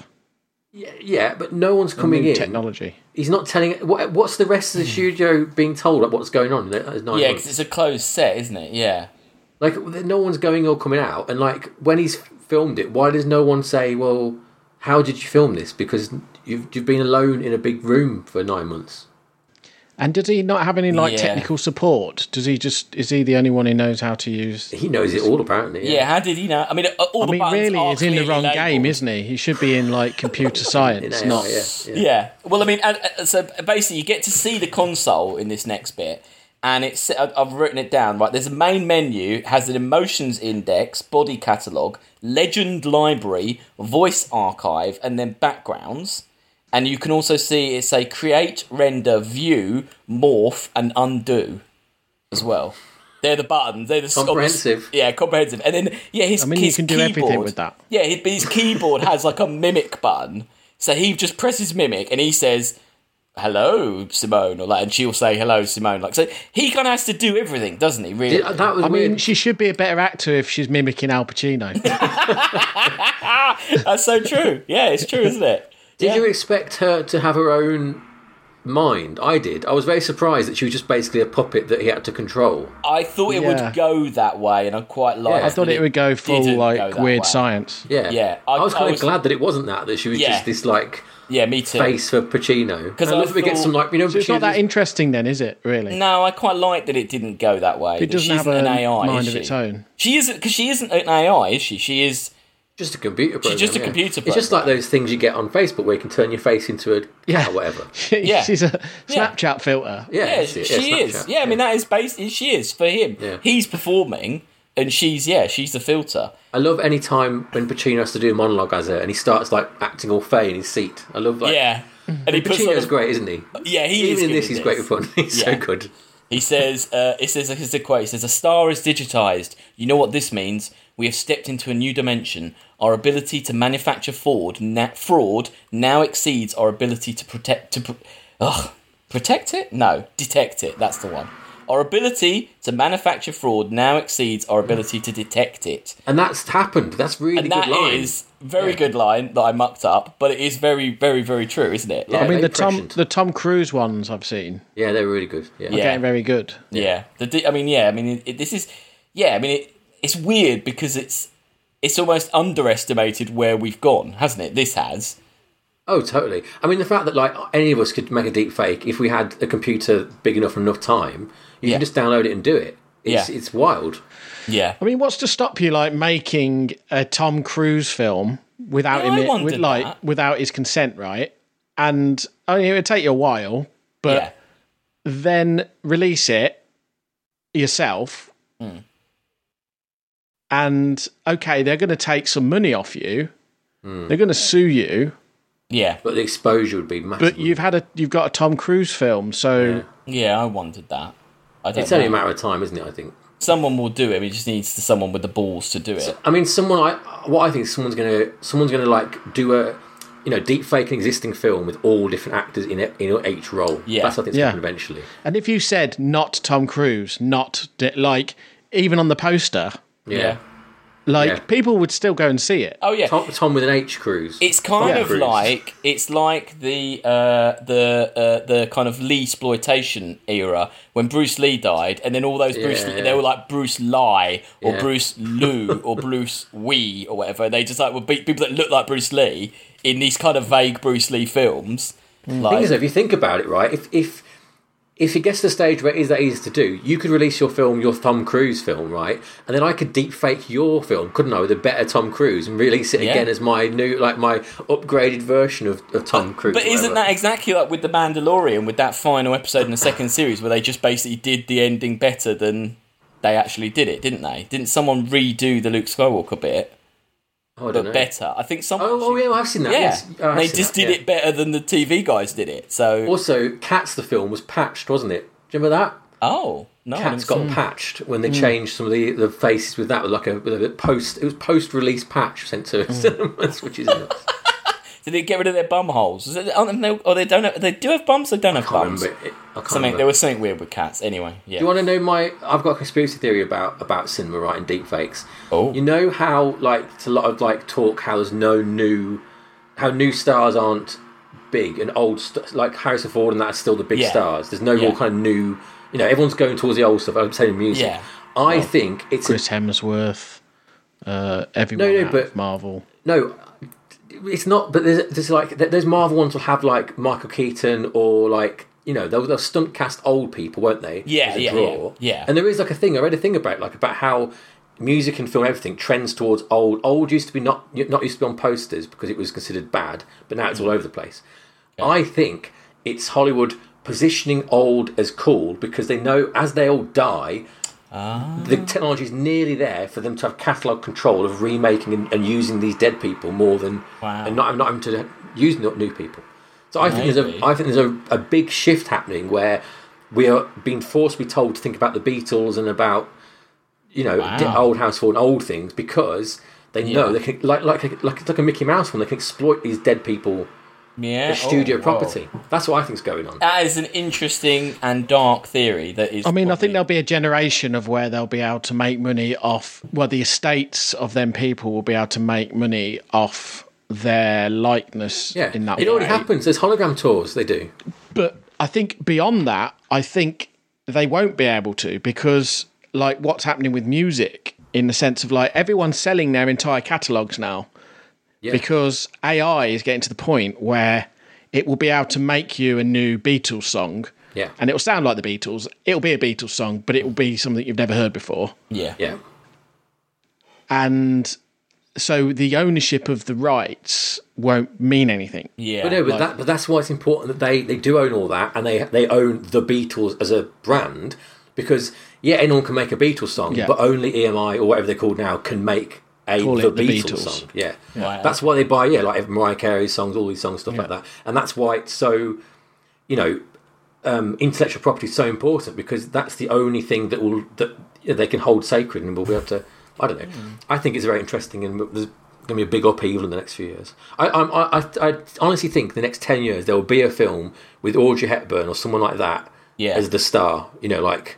C: Yeah, yeah but no one's coming
B: new Hmm.
C: in.
B: technology.
C: He's not telling. What, what's the rest of the studio being told? Like, what's going on? in those nine
A: Yeah,
C: months?
A: because it's a closed set, isn't it? Yeah.
C: Like no one's going or coming out, and like when he's filmed it, why does no one say, "Well, how did you film this?" Because you've you've been alone in a big room for nine months.
B: And does he not have any like
A: Yeah.
B: technical support? Does he just is he the only one who knows how to use?
C: He knows it all, apparently.
A: Yeah, how did he know? I mean, uh, all
B: I
A: the
B: mean,
A: buttons
B: really,
A: are
B: he's in the
A: clearly
B: wrong
A: labelled.
B: game, isn't he? He should be in like
A: *laughs*
B: computer
C: In
B: science,
C: AI,
B: not
C: yeah, yeah.
A: Yeah. Well, I mean, and, uh, so basically, you get to see the console in this next bit, and it's I- I've written it down. Right, there's a main menu, has an emotions index, body catalog, legend library, voice archive, and then backgrounds. And you can also see it say create, render, view, morph, and undo, as well. They're the buttons. They're the
C: Comprehensive.
A: Yeah, comprehensive. And then yeah, his I
B: mean, you
A: his
B: can do
A: keyboard,
B: everything with that.
A: yeah, his, but his keyboard has like a mimic button. So he just presses mimic and he says, hello, Simone, or that, and she'll say, hello, Simone. Like, so he kind of has to do everything, doesn't he, really?
C: Yeah, That was
B: I mean,
C: weird.
B: she should be a better actor if she's mimicking
A: *laughs*
B: Al Pacino.
A: That's so true. Yeah, it's true, isn't it?
C: Did
A: yeah.
C: you expect her to have her own mind? I did. I was very surprised that she was just basically a puppet that he had to control.
A: I thought it
B: Yeah.
A: would go that way, and I quite like
C: Yeah.
B: I thought it would go full
A: didn't go
B: like
A: that
B: weird
A: way.
B: science.
C: Yeah,
A: Yeah, I-
C: I, was
A: I
C: kind of
A: was-
C: glad that it wasn't that. That she was
A: Yeah.
C: just this like
A: Yeah, me too.
C: face for Pacino. Because
A: I
C: I love that we get
A: thought-
C: some like you know.
B: So it's not
C: Pacino's-
B: that interesting, then, is it? Really?
A: No, I quite like that it didn't go that way.
B: it doesn't
A: she
B: have
A: isn't
B: a
A: an AI,
B: mind
A: is
B: of
A: she?
B: its own. *laughs*
A: She isn't because she isn't an AI, is she? She is.
C: Just a computer program.
A: just a
C: yeah.
A: computer
C: It's just like
A: program.
C: those things you get on Facebook where you can turn your face into a
B: *laughs* Yeah.
C: or whatever.
A: Yeah.
B: she's a Snapchat filter.
C: Yeah,
A: Yeah,
C: that's
A: she
C: it.
A: is.
C: Snapchat.
A: Yeah, I mean that is based. She is for him.
C: Yeah.
A: He's performing, and she's yeah, she's the filter.
C: I love any time when Pacino has to do a monologue as her and he starts like acting all fey in his seat. I love like
A: Yeah, and he puts on.
C: Pacino's
A: a-
C: great, isn't he?
A: Yeah, he is
C: Even in
A: good
C: this,
A: at
C: he's
A: this.
C: great with fun. *laughs* He's
A: Yeah.
C: so good.
A: He says, uh, "It says this is a quote. He says a star is digitized. You know what this means? We have stepped into a new dimension. Our ability to manufacture fraud, na- fraud now exceeds our ability to protect to, pr- ugh, protect it. No, detect it. That's the one." Our ability to manufacture fraud now exceeds our ability to detect it.
C: And that's happened. That's really
A: And
C: good
A: that is
C: line.
A: very
C: Yeah.
A: good line that I mucked up, but it is very, very, very true, isn't it? Like,
B: I mean,
C: they
B: the Tom
C: prescient.
B: the Tom Cruise ones I've seen
C: Yeah, they're really good. Yeah.
A: Yeah.
B: getting very good.
A: yeah. The di- I mean, yeah. I mean, it, it- this is, yeah. I mean, it, it's weird because it's it's almost underestimated where we've gone, hasn't it? This has.
C: Oh, totally. I mean, the fact that like any of us could make a deep fake if we had a computer big enough and enough time, you
A: Yeah.
C: can just download it and do it. It's,
A: Yeah.
C: it's wild.
A: Yeah.
B: I mean, what's to stop you like making a Tom Cruise film without
A: Yeah, I
B: him, with,
A: wondered
B: like
A: that.
B: without his consent, right? And I mean, it would take you a while, but
A: yeah.
B: then release it yourself.
A: Hmm.
B: And okay, they're going to take some money off you. They're going to sue you,
A: Yeah.
C: But the exposure would be massive.
B: but you've had a you've got a Tom Cruise film, so
A: Yeah. I wondered that. I don't
C: It's only a
A: know.
C: matter of time, isn't it? I think.
A: Someone will do it. It just needs to- someone with the balls to do it.
C: I mean, someone. I what I think is someone's gonna someone's gonna like do a you know deep fake an existing film with all different actors in it in each role.
A: Yeah.
C: that's what I think's
B: Yeah.
C: happening eventually.
B: And if you said not Tom Cruise, not di- like even on the poster,
C: Yeah.
A: Yeah.
B: Like
C: Yeah.
B: people would still go and see it.
A: Oh yeah,
C: Tom, Tom with an H cruise.
A: It's kind
C: Yeah.
A: of
C: Cruise.
A: like it's like the uh, the uh, the kind of Lee exploitation era when Bruce Lee died, and then all those Bruce
C: Yeah.
A: they were like Bruce Lie or
C: Yeah.
A: Bruce Lou or
C: *laughs*
A: Bruce Wee or whatever. They just like were be- people that looked like Bruce Lee in these kind of vague Bruce Lee films.
C: thing
A: Like,
C: is, if you think about it, right, if if if it gets to the stage where it is that easy to do, you could release your film, your Tom Cruise film, right, and then I could deep fake your film, couldn't I, with a better Tom Cruise, and release it
A: Yeah.
C: again as my new, like my upgraded version of, of Tom Cruise.
A: But isn't
C: whatever.
A: that exactly like with the Mandalorian, with that final episode in the second series, where they just basically did the ending better than they actually did it, didn't they? Didn't someone redo the Luke Skywalker bit,
C: Oh, I don't
A: but
C: know.
A: better? I think someone.
C: Oh, oh, yeah, I've seen that.
A: yeah,
C: yes. Oh, I've
A: they
C: seen
A: just
C: that,
A: did
C: yeah.
A: it better than the TV guys did it. So
C: Also, Cats the film was patched, wasn't it? Do you remember that?
A: oh no, I
C: Cats
A: haven't
C: got
A: seen- Mm.
C: patched when they changed some of the, the faces with that, with like a, with a post. It was post-release patch sent to
A: Mm.
C: cinemas, which
A: *laughs*
C: is nuts.
A: Did they get rid of their bum holes? Is it, aren't they, or they don't? Have, they do have bums. They don't have
C: can't
A: bums.
C: remember it. I can't
A: Something
C: remember.
A: there was something weird with cats. Anyway, yeah.
C: You want to know my? I've got a conspiracy theory about about cinema, right, and deepfakes.
A: Oh.
C: You know how like it's a lot of like talk how there's no new, how new stars aren't big and old st- like Harrison Ford and that are still the big
A: Yeah.
C: stars. There's no
A: Yeah.
C: real kind of new. You know, everyone's going towards the old stuff. I'm saying music.
A: Yeah.
C: I think it's a
B: Chris Hemsworth, uh, everyone
C: No, no,
B: out
C: but-
B: of Marvel.
C: No, it's not. But there's, there's like there's Marvel ones will have like Michael Keaton or like you know they'll, they'll stunt cast old people, won't they?
A: Yeah,
C: As a
A: yeah,
C: draw.
A: yeah, yeah.
C: And there is like a thing I read a thing about like about how music and film everything trends towards old. Old used to be not not used to be on posters because it was considered bad, but now
A: Mm.
C: it's all over the place. I think it's Hollywood positioning old as cool because they know as they all die the
A: Mm.
C: technology is nearly there for them to have catalog control of remaking and, and using these dead people more than
A: Wow.
C: and not, not having to use no- new people. So I think there's
A: Maybe.
C: a I think there's a, a big shift happening where we are being forced to be told to think about the Beatles and about you know di-
A: Wow.
C: old house and old things because they know they can like like like like a Mickey Mouse one they can exploit these dead people
A: yeah.
C: as
A: oh,
C: studio
A: whoa. Uh,
C: property. That's what I think's going on.
A: That is an interesting and dark theory. That is.
B: I mean, I
A: probably-
B: think there'll be a generation of where they'll be able to make money off. Well, the estates of them people will be able to make money off their likeness.
C: Yeah,
B: in that
C: it already
B: way.
C: happens. There's hologram tours they do.
B: But I think beyond that, I think they won't be able to because, like, what's happening with music in the sense of like everyone's selling their entire catalogs now because AI is getting to the point where it will be able to make you a new Beatles song.
C: Yeah.
B: And it will sound like the Beatles. It'll be a Beatles song, but it will be something you've never heard before.
A: Yeah.
C: Yeah,
B: And so the ownership of the rights won't mean anything.
A: Yeah.
C: But no, but that but that's why it's important that they they do own all that and they they own the Beatles as a brand because yeah, anyone can make a Beatles song,
B: Yeah.
C: but only EMI or whatever they're called now can make a
B: Call
C: the,
B: it the
C: Beatles
B: Beatles.
C: song. Yeah,
A: Wow.
C: that's why they buy yeah like Mariah Carey's songs, all these songs, stuff like that, and that's why it's so you know um, intellectual property is so important because that's the only thing that will that you know, they can hold sacred and will be able to. I don't know.
A: Mm.
C: I think it's very interesting and there's going to be a big upheaval in the next few years. I, I'm- I, I, I honestly think the next ten years there will be a film with Audrey Hepburn or someone like that
A: Yeah.
C: as the star. You know, like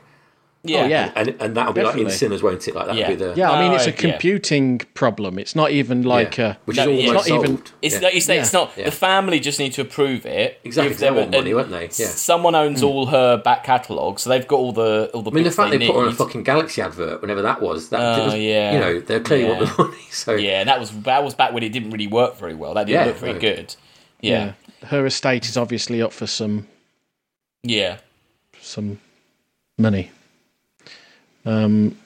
A: yeah.
B: Oh, yeah.
C: and and that'll be like in
B: Definitely.
C: cinemas, won't it? Like that'll
A: Yeah.
C: be the
B: Yeah, I mean, it's a
A: Oh, yeah.
B: computing problem. It's not even like
C: yeah,
B: a.
C: which
A: No,
C: is
A: it's
C: almost
B: not even-
C: solved.
A: It's
C: Yeah.
A: like you say,
B: Yeah.
A: it's not
C: Yeah.
A: the family just need to approve it.
C: Exactly,
A: If
C: they
A: were-
C: want money,
A: and
C: won't they? Yeah.
A: Someone
B: Hmm.
A: owns all her back catalogue, so they've got all the all the.
C: I mean, the
A: bits
C: fact they,
A: they
C: put on a
A: need.
C: fucking Galaxy advert, whenever that was, that
A: Oh,
C: was,
A: yeah.
C: you know, they clearly want *laughs*
A: Yeah.
C: the money. So
A: Yeah, and that was that was back when it didn't really work very well. That didn't
C: Yeah,
A: look very
C: no.
A: good.
B: Yeah.
A: Yeah,
B: Her estate is obviously up for some
A: yeah.
B: some money. Um,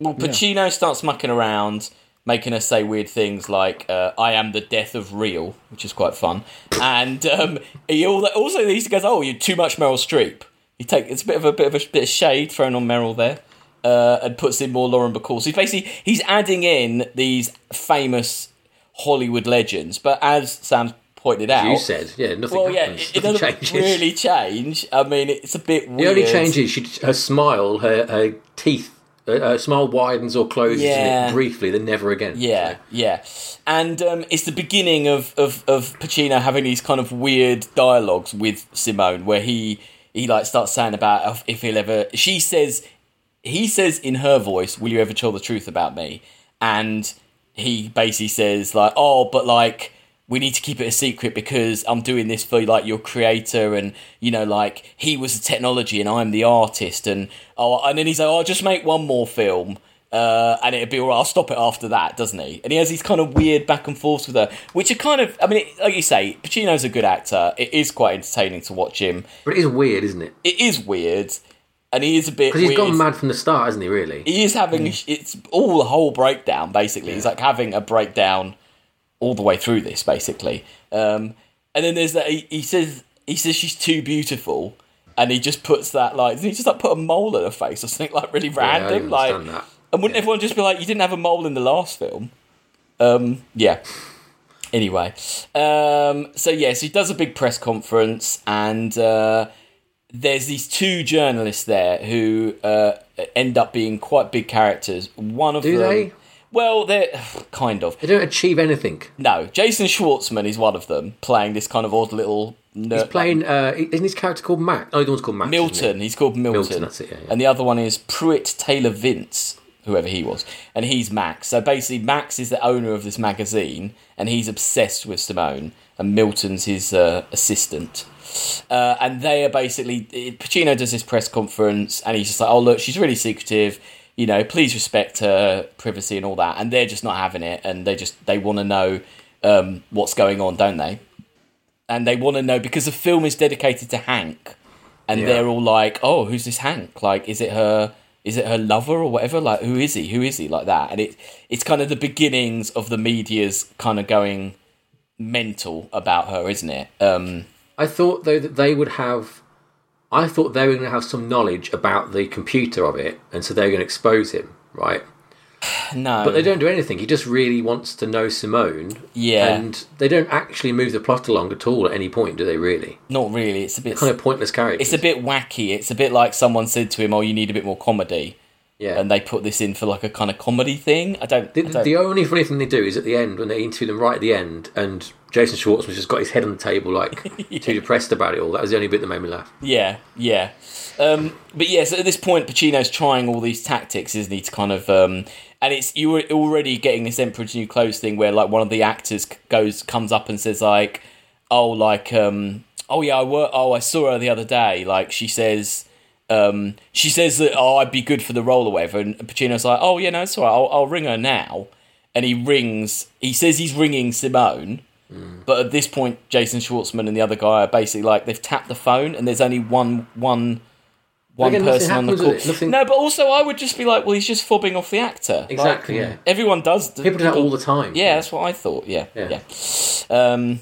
A: Well, Pacino starts mucking around, making her say weird things like uh, "I am the death of real," which is quite fun. and um, he al- also he goes, "Oh, you're too much Meryl Streep." He take it's a bit of a bit of a bit of shade thrown on Meryl there, uh, and puts in more Lauren Bacall. So he's basically he's adding in these famous Hollywood legends, but as Sam's pointed out,
C: you said, yeah, nothing
A: well, yeah,
C: happens.
A: it, it
C: nothing
A: doesn't
C: changes.
A: really *laughs* change. I mean, it's a bit weird.
C: the only change is she, her smile, her, her teeth, her, her smile widens or closes isn't it?
A: Yeah.
C: briefly, then never again.
A: Yeah, yeah, and um, it's the beginning of, of of Pacino having these kind of weird dialogues with Simone, where he he like starts saying about if- if he'll ever. She says, he says in her voice, "Will you ever tell the truth about me?" and he basically says like, "Oh, but like." We need to keep it a secret because I'm doing this for like your creator, and you know, like he was the technology and I'm the artist, and oh, and then he's like, "I'll just make one more film, uh, and it'd be all right. I'll stop it after that, doesn't he? And he has these kind of weird back and forths with her, which are kind of, I mean, it, like you say, Pacino's a good actor. It is quite entertaining to watch him.
C: But it is weird, isn't it?
A: It is weird, and he is a bit.
C: Because he's
A: weird.
C: gone mad from the start, hasn't he? Really?
A: He is having, it's all a whole breakdown, basically. He's like having a breakdown all the way through this, basically. Um, and then there's that, he, he says, he says she's too beautiful. And he just puts that like, doesn't he just like put a mole in her face or something *laughs* like really
C: I
A: random,
C: don't
A: like
C: understand that.
A: and wouldn't everyone just be like, you didn't have a mole in the last film? Um, yeah. Anyway, um, so yeah, so he does a big press conference, and uh, there's these two journalists there who uh, end up being quite big characters. One of
C: Do
A: them,
C: they?
A: well, they're *sighs* kind of
C: They don't achieve anything.
A: no. Jason Schwartzman is one of them, playing this kind of odd little nerd,
C: He's playing. Uh, isn't his character called Max? Oh, the one's called Max. isn't it?
A: Milton. He's called Milton.
C: Milton, that's it, yeah, yeah.
A: And the other one is Pruitt Taylor Vince, whoever he was, and he's Max. So basically, Max is the owner of this magazine, and he's obsessed with Simone, and Milton's his uh, assistant. Uh, and they are basically Pacino does this press conference, and he's just like, "Oh look, she's really secretive." You know, please respect her privacy and all that. And they're just not having it, and they just they want to know um, what's going on, don't they? And they want to know because the film is dedicated to Hank, and
C: Yeah.
A: they're all like, "Oh, who's this Hank? Like, is it her? Is it her lover or whatever? Like, who is he? Who is he? Like that?" And it it's kind of the beginnings of the media's kind of going mental about her, isn't it? Um,
C: I thought though that they would have. I thought they were going to have some knowledge about the computer of it, and so they were going to expose him, right?
A: no,
C: But they don't do anything. He just really wants to know Simone.
A: Yeah.
C: And they don't actually move the plot along at all at any point, do they? Really?
A: not really. It's a bit
C: Kind of pointless character.
A: it's a bit wacky. It's a bit like someone said to him, "Oh, you need a bit more comedy,"
C: yeah.
A: and they put this in for like a kind of comedy thing. I don't. I
C: The,
A: don't
C: the only funny thing they do is at the end when they interview them right at the end, and Jason Schwartzman's just got his head on the
A: *laughs*
C: table, like too depressed about it all. That was the only bit that made me laugh.
A: Yeah, yeah. Um, but yes, at this point, Pacino's trying all these tactics, isn't he? To kind of, um, and it's you were already getting this Emperor's New Clothes thing where like one of the actors c- goes comes up and says like, oh, like, um, oh yeah, I were, oh I saw her the other day. Like she says, um, she says that oh I'd be good for the role or whatever. And Pacino's like, oh yeah, no, it's all right. I'll, I'll ring her now. And he rings. He says he's ringing Simone.
C: Mm.
A: But at this point, Jason Schwartzman and the other guy are basically like they've tapped the phone, and there's only one one one
C: Again, nothing
A: person on the
C: happens
A: call.
C: with it, nothing-
A: No, but also I would just be like, well, he's just fobbing off the actor. Like,
C: Exactly, yeah.
A: everyone does.
C: People do that all the time.
A: Yeah, that's what I thought. Yeah, yeah,
C: Yeah.
A: Um,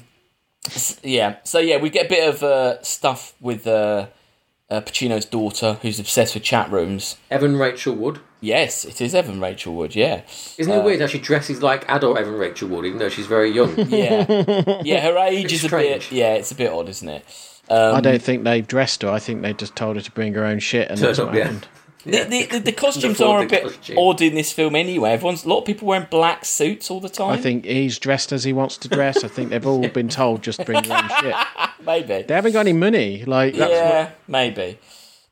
A: s- yeah. So yeah, we get a bit of uh, stuff with uh, uh, Pacino's daughter, who's obsessed with chat rooms.
C: Evan Rachel Wood.
A: Yes, it is Evan Rachel Wood. Yeah,
C: Isn't
A: Uh,
C: it weird how she dresses like adult Evan Rachel Wood, even though she's very young?
A: *laughs* yeah, yeah. Her age is a bit.
C: strange.
A: Yeah, it's a bit odd, isn't it?
C: Um,
B: I don't think they dressed her. I think they just told her to bring her own shit, and that's
C: up,
B: what
C: yeah.
B: happened.
A: The, the, the, the costumes
C: Before
A: are a
C: the
A: bit
C: costume.
A: odd in this film anyway. Everyone's a lot of people wearing black suits all the time.
B: I think he's dressed as he wants to dress. I think they've
C: *laughs*
B: all been told just bring your own shit.
A: maybe.
B: They haven't got any money. Like that's
A: yeah, maybe.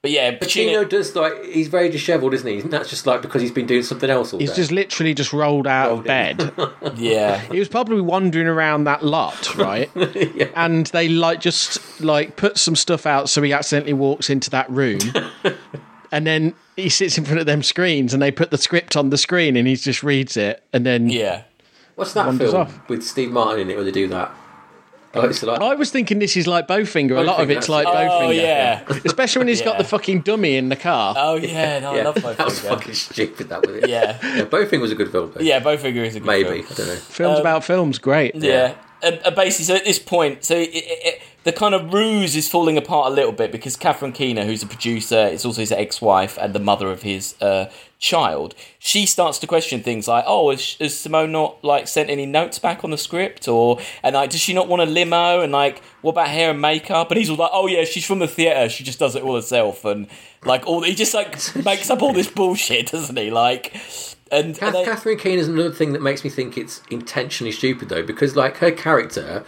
A: But yeah, Pacino.
C: Pacino does like he's very dishevelled, isn't he? Isn't that just like because he's been doing something else all
B: He's
C: day?
B: just literally just rolled out of
C: Rolled in.
B: bed.
A: Yeah,
B: he was probably wandering around that
A: *laughs*
B: lot, right? And they like just like put some stuff out so he accidentally walks into
A: *laughs*
B: that room. and then he sits in front of them screens and they put the script on the screen and he just reads it and then
A: yeah.
C: What's that
B: wanders
C: film
B: off.
C: with Steve Martin in it where they do that? Oh, it's like
B: I was thinking this is like Bowfinger. A lot of
C: Bowfinger,
B: it's like
C: that's
A: Oh
B: Bowfinger.
A: yeah.
B: Especially when he's
A: *laughs*
B: got
A: Yeah.
B: the fucking dummy in the car.
A: Oh yeah. No, I
C: yeah,
A: love
C: *laughs* that was
A: Bowfinger.
C: fucking stupid. That was it.
A: Yeah.
C: yeah. Bowfinger was a good film. Though.
A: Yeah, Bowfinger is a good
C: maybe
A: film.
C: I don't know.
B: Films about films, great.
A: um, Yeah. And, and basically, so at this point, so it, it, it, the kind of ruse is falling apart a little bit because Catherine Keener, who's a producer, is also his ex-wife and the mother of his uh, child. She starts to question things like, "Oh, has, has Simone not like sent any notes back on the script, or and like does she not want a limo, and like what about hair and makeup?" And he's all like, "Oh yeah, she's from the theatre. She just does it all herself, and like all he just like makes up all this bullshit, *laughs* doesn't he? Like, and,
C: Kath-
A: and they-
C: Catherine Keane is another thing that makes me think it's intentionally stupid though, because like her character,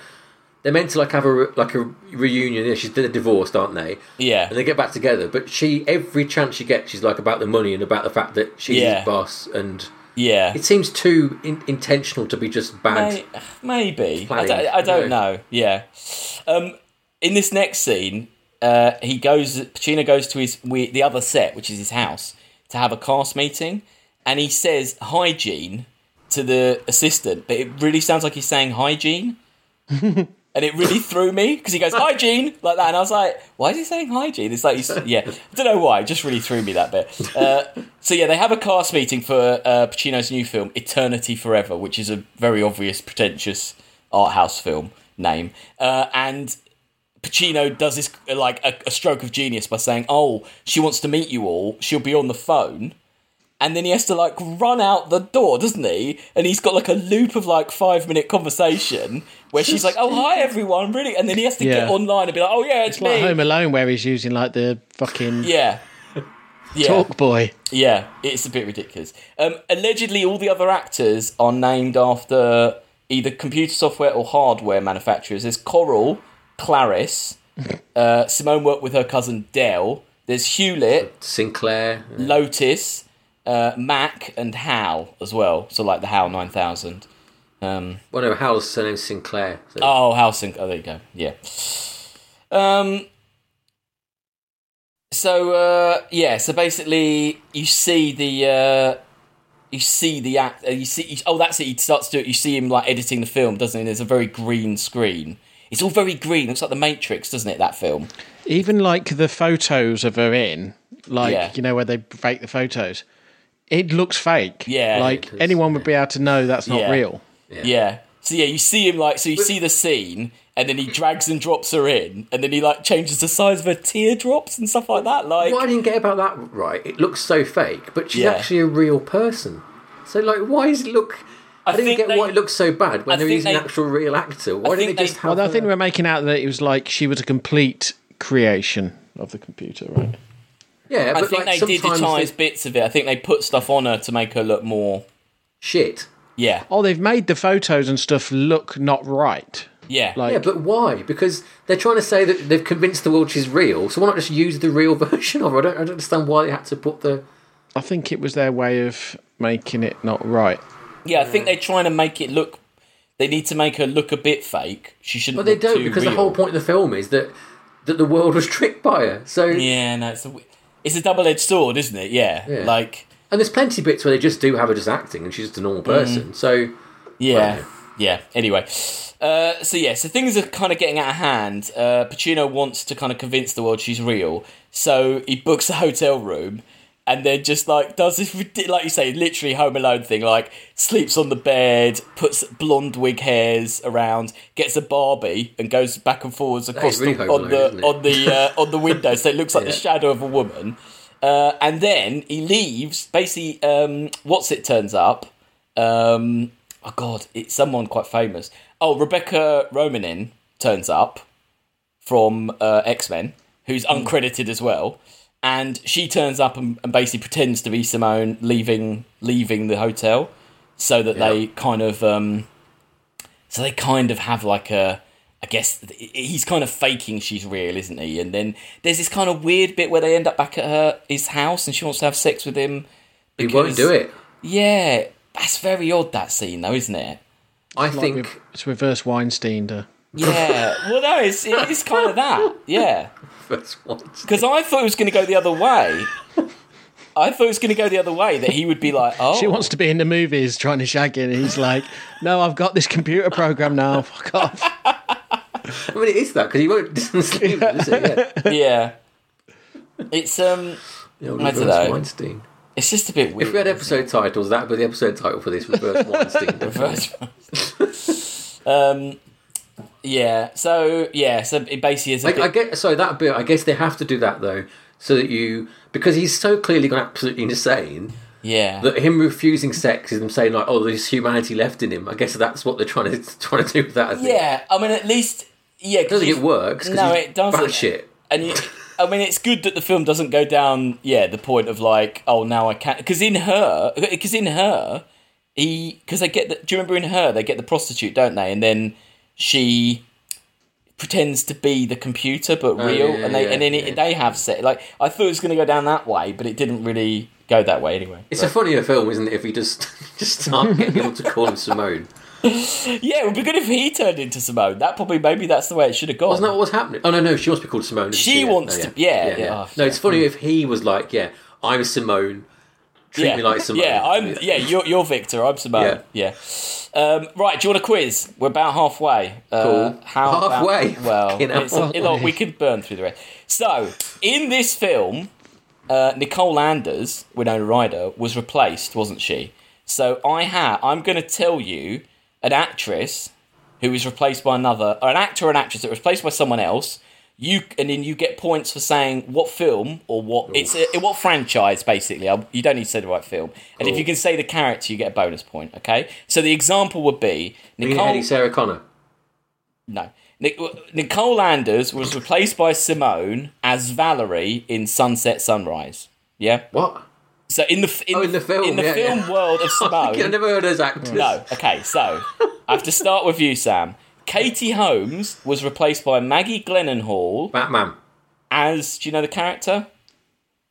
C: they're meant to like have a re- like a reunion. Yeah, she's they're divorced, aren't they?
A: yeah,
C: And they get back together, but she every chance she gets, she's like about the money and about the fact that she's
A: Yeah.
C: his boss and
A: yeah.
C: It seems too in- intentional to be just bad.
A: May- Maybe. I
C: planning.
A: don't, I don't
C: Yeah.
A: know. Yeah. Um, in this next scene, uh, he goes. Pacino goes to his we, the other set, which is his house, to have a cast meeting, and he says hygiene to the assistant, but it really sounds like he's saying hygiene. And it really threw me because he goes hygiene like that, and I was like, "Why is he saying hygiene?" It's like, he's, yeah, I don't know why. It just really threw me that bit. Uh, so yeah, they have a cast meeting for uh, Pacino's new film, Eternity Forever, which is a very obvious pretentious art house film name. Uh, and Pacino does this uh, like a, a stroke of genius by saying, "Oh, she wants to meet you all. She'll be on the phone." And then he has to like run out the door, doesn't he? And he's got like a loop of like five minute conversation where she's like, "Oh, hi everyone, really," and then he has to get
B: Yeah.
A: online and be like, "Oh yeah, it's,
B: It's like
A: me."
B: Home Alone, where he's using like the fucking *laughs*
A: yeah. Yeah.
B: talk boy.
A: Yeah, it's a bit ridiculous. Um, allegedly, all the other actors are named after either computer software or hardware manufacturers. There's Coral, Clarice, uh, Simone worked with her cousin Dell. There's Hewlett,
C: Sinclair. yeah.
A: Lotus, uh, Mac, and Hal as well. So, like the Hal 9000.
C: Well, no, Hal's surname's Sinclair. So
A: Oh, Halsing. Oh, there you go. Yeah. Um. So uh, yeah. So basically, you see the uh, you see the act. uh, You see. You, oh, that's it. He starts to do it. You see him like editing the film, doesn't he? There's a very green screen. It's all very green. Looks like the Matrix, doesn't it? That film.
B: Even like the photos of her in, like
A: Yeah.
B: you know where they fake the photos, it looks fake.
A: Yeah.
B: like
C: It does,
B: anyone would be able to know that's not
A: Yeah.
B: real.
A: Yeah. So yeah, you see him like. So you see the scene, and then he drags and drops her in, and then he like changes the size of her teardrops and stuff like that. Like.
C: What I didn't get about that right, it looks so fake, but she's
A: Yeah.
C: actually a real person. So, like, why does it look? I, didn't
A: think
C: get
A: they-
C: why it looks so bad when
A: I
C: they're
A: think
C: using
A: they-
C: an actual real actor. Why didn't
A: think
C: they just
A: they-
C: have?
B: Although I think
C: her-
B: we were making out that it was like she was a complete creation of the computer, right?
C: yeah,
A: I
C: but
A: think they
C: like sometimes
A: digitized
C: they-
A: bits of it. I think they put stuff on her to make her look more.
C: *laughs* shit.
A: Yeah,
B: Oh, they've made the photos and stuff look not right.
A: yeah,
B: Like,
C: Yeah, but why? Because they're trying to say that they've convinced the world she's real. So why not just use the real *laughs* version of her? I don't, I don't understand why they had to put the.
B: I think it was their way of making it not right.
A: yeah. I think they're trying to make it look. They need to make her look a bit fake. She shouldn't.
C: But they
A: look
C: don't
A: too
C: because the
A: real.
C: whole point of the film is that that the world was *laughs* tricked by her. So
A: Yeah, no, it's a it's a double edged sword, isn't it? Yeah,
C: Yeah.
A: like
C: and there's plenty of bits where they just do have her just acting and she's just a normal
A: Mm.
C: person. So
A: yeah,
C: Right.
A: yeah. Anyway, uh, so yeah, so things are kind of getting out of hand. Uh, Pacino wants to kind of convince the world she's real, so he books a hotel room. And then just like does this ridic- like you say, literally Home Alone thing. Like sleeps on the bed, puts blonde wig hairs around, gets a Barbie, and goes back and forwards across
C: really
A: the,
C: Home
A: on
C: Alone,
A: the
C: isn't it?
A: on the uh,
C: *laughs*
A: on the window, so it looks like the
C: Yeah.
A: shadow of a woman. Uh, and then he leaves. Basically, um, what's it turns up? Um, oh God, it's someone quite famous. Oh, Rebecca Romanin turns up from uh, X Men, who's
C: Hmm.
A: uncredited as well, and she turns up and, and basically pretends to be Simone leaving leaving the hotel, so that they kind of um, so they kind of have like a. I guess th- he's kind of faking she's real, isn't he? And then there's this kind of weird bit where they end up back at her his house, and she wants to have sex with him.
C: he won't
A: because-
C: do it.
A: Yeah, that's very odd. That scene, though, isn't it?
C: I
B: Like,
C: think
B: re- it's reverse Weinstein. uh, To,
A: Yeah.
C: *laughs*
A: well, no, it's it's kind of that. Yeah.
C: first once.
A: Because I thought it was going to go the other way. I thought it was going to go the other way that he would be
C: *laughs*
A: like, "Oh,
B: she wants to be in the movies trying to shag it, and he's like, "No, I've got this computer program now. Fuck off."
C: I mean, it is that because he won't *laughs* doesn't sleep, does it?
A: *laughs*
C: Yeah.
A: yeah." It's um,
C: The old
A: I don't
C: reverse
A: know.
C: Weinstein.
A: it's just a bit weird.
C: If we had episode titles, that would be the episode title for this reverse Weinstein.
A: *laughs* First um, yeah. So yeah. So it basically is a
C: I, I
A: bit,
C: get so that bit. I guess they have to do that though, so that you because he's so clearly gone absolutely insane
A: yeah.
C: that him refusing sex is them saying like, oh, there's humanity left in him. I guess that's what they're trying to *laughs* trying to do with that. I think.
A: yeah. I mean, at least yeah.
C: I don't think it works. 'cause
A: No,
C: he's
A: it doesn't.
C: batshit.
A: and you, I mean, it's good that the film doesn't go down, yeah, the point of like, oh, now I can't, because in her, because in her, he, because they get the, do you remember in her they get the prostitute, don't they? And then she pretends to be the computer but real,
C: Oh, yeah,
A: and they
C: yeah,
A: and then it,
C: yeah.
A: they have sex. Like I thought it was going to go down that way, but it didn't really. go that way anyway.
C: It's a funnier film, isn't it? If you just *laughs* just start getting people to call him Simone.
A: Yeah, it would be good if he turned into Simone. That probably maybe that's the way it should have gone.
C: Wasn't that what was happening? Oh no, no, she wants to be called Simone. isn't
A: She
C: Yeah,
A: wants to- yeah, yeah. Oh,
C: no, it's funny if he was like, yeah, I'm Simone. Treat
A: yeah.
C: me like Simone.
A: Yeah, I'm. Yeah, you're, you're Victor. I'm Simone. Yeah. Um, right. Do you want a quiz? We're about halfway. Uh,
C: Cool.
A: How about-
C: Halfway?
A: well,
C: Fucking hell.
A: it's, it- look, we could burn through the rest. So, in this film, uh, Nicole Anders, Winona Ryder, was replaced, wasn't she? So I ha I'm going to tell you an actress who was replaced by another, or an actor or an actress that was replaced by someone else. You and then you get points for saying what film or what it's a, what franchise basically. I, you don't need to say the right film, and if
C: Cool.
A: you can say the character, you get a bonus point. Okay, so the example would be
C: Ian
A: Nicole.
C: Eddie Sarah Connor.
A: No. Nic- Nicole Anders was replaced by Simone as Valerie in Sunset Sunrise. Yeah.
C: What? *laughs*
A: So in the f- in,
C: Oh, in the film,
A: in the
C: yeah,
A: film
C: yeah. Oh
A: world
C: *laughs*
A: of
C: I
A: Simone.
C: never heard of those actors.
A: no. Okay. So I have to start with you, Sam. Katie Holmes was replaced by Maggie Glennon
C: Batman.
A: as do you know the character?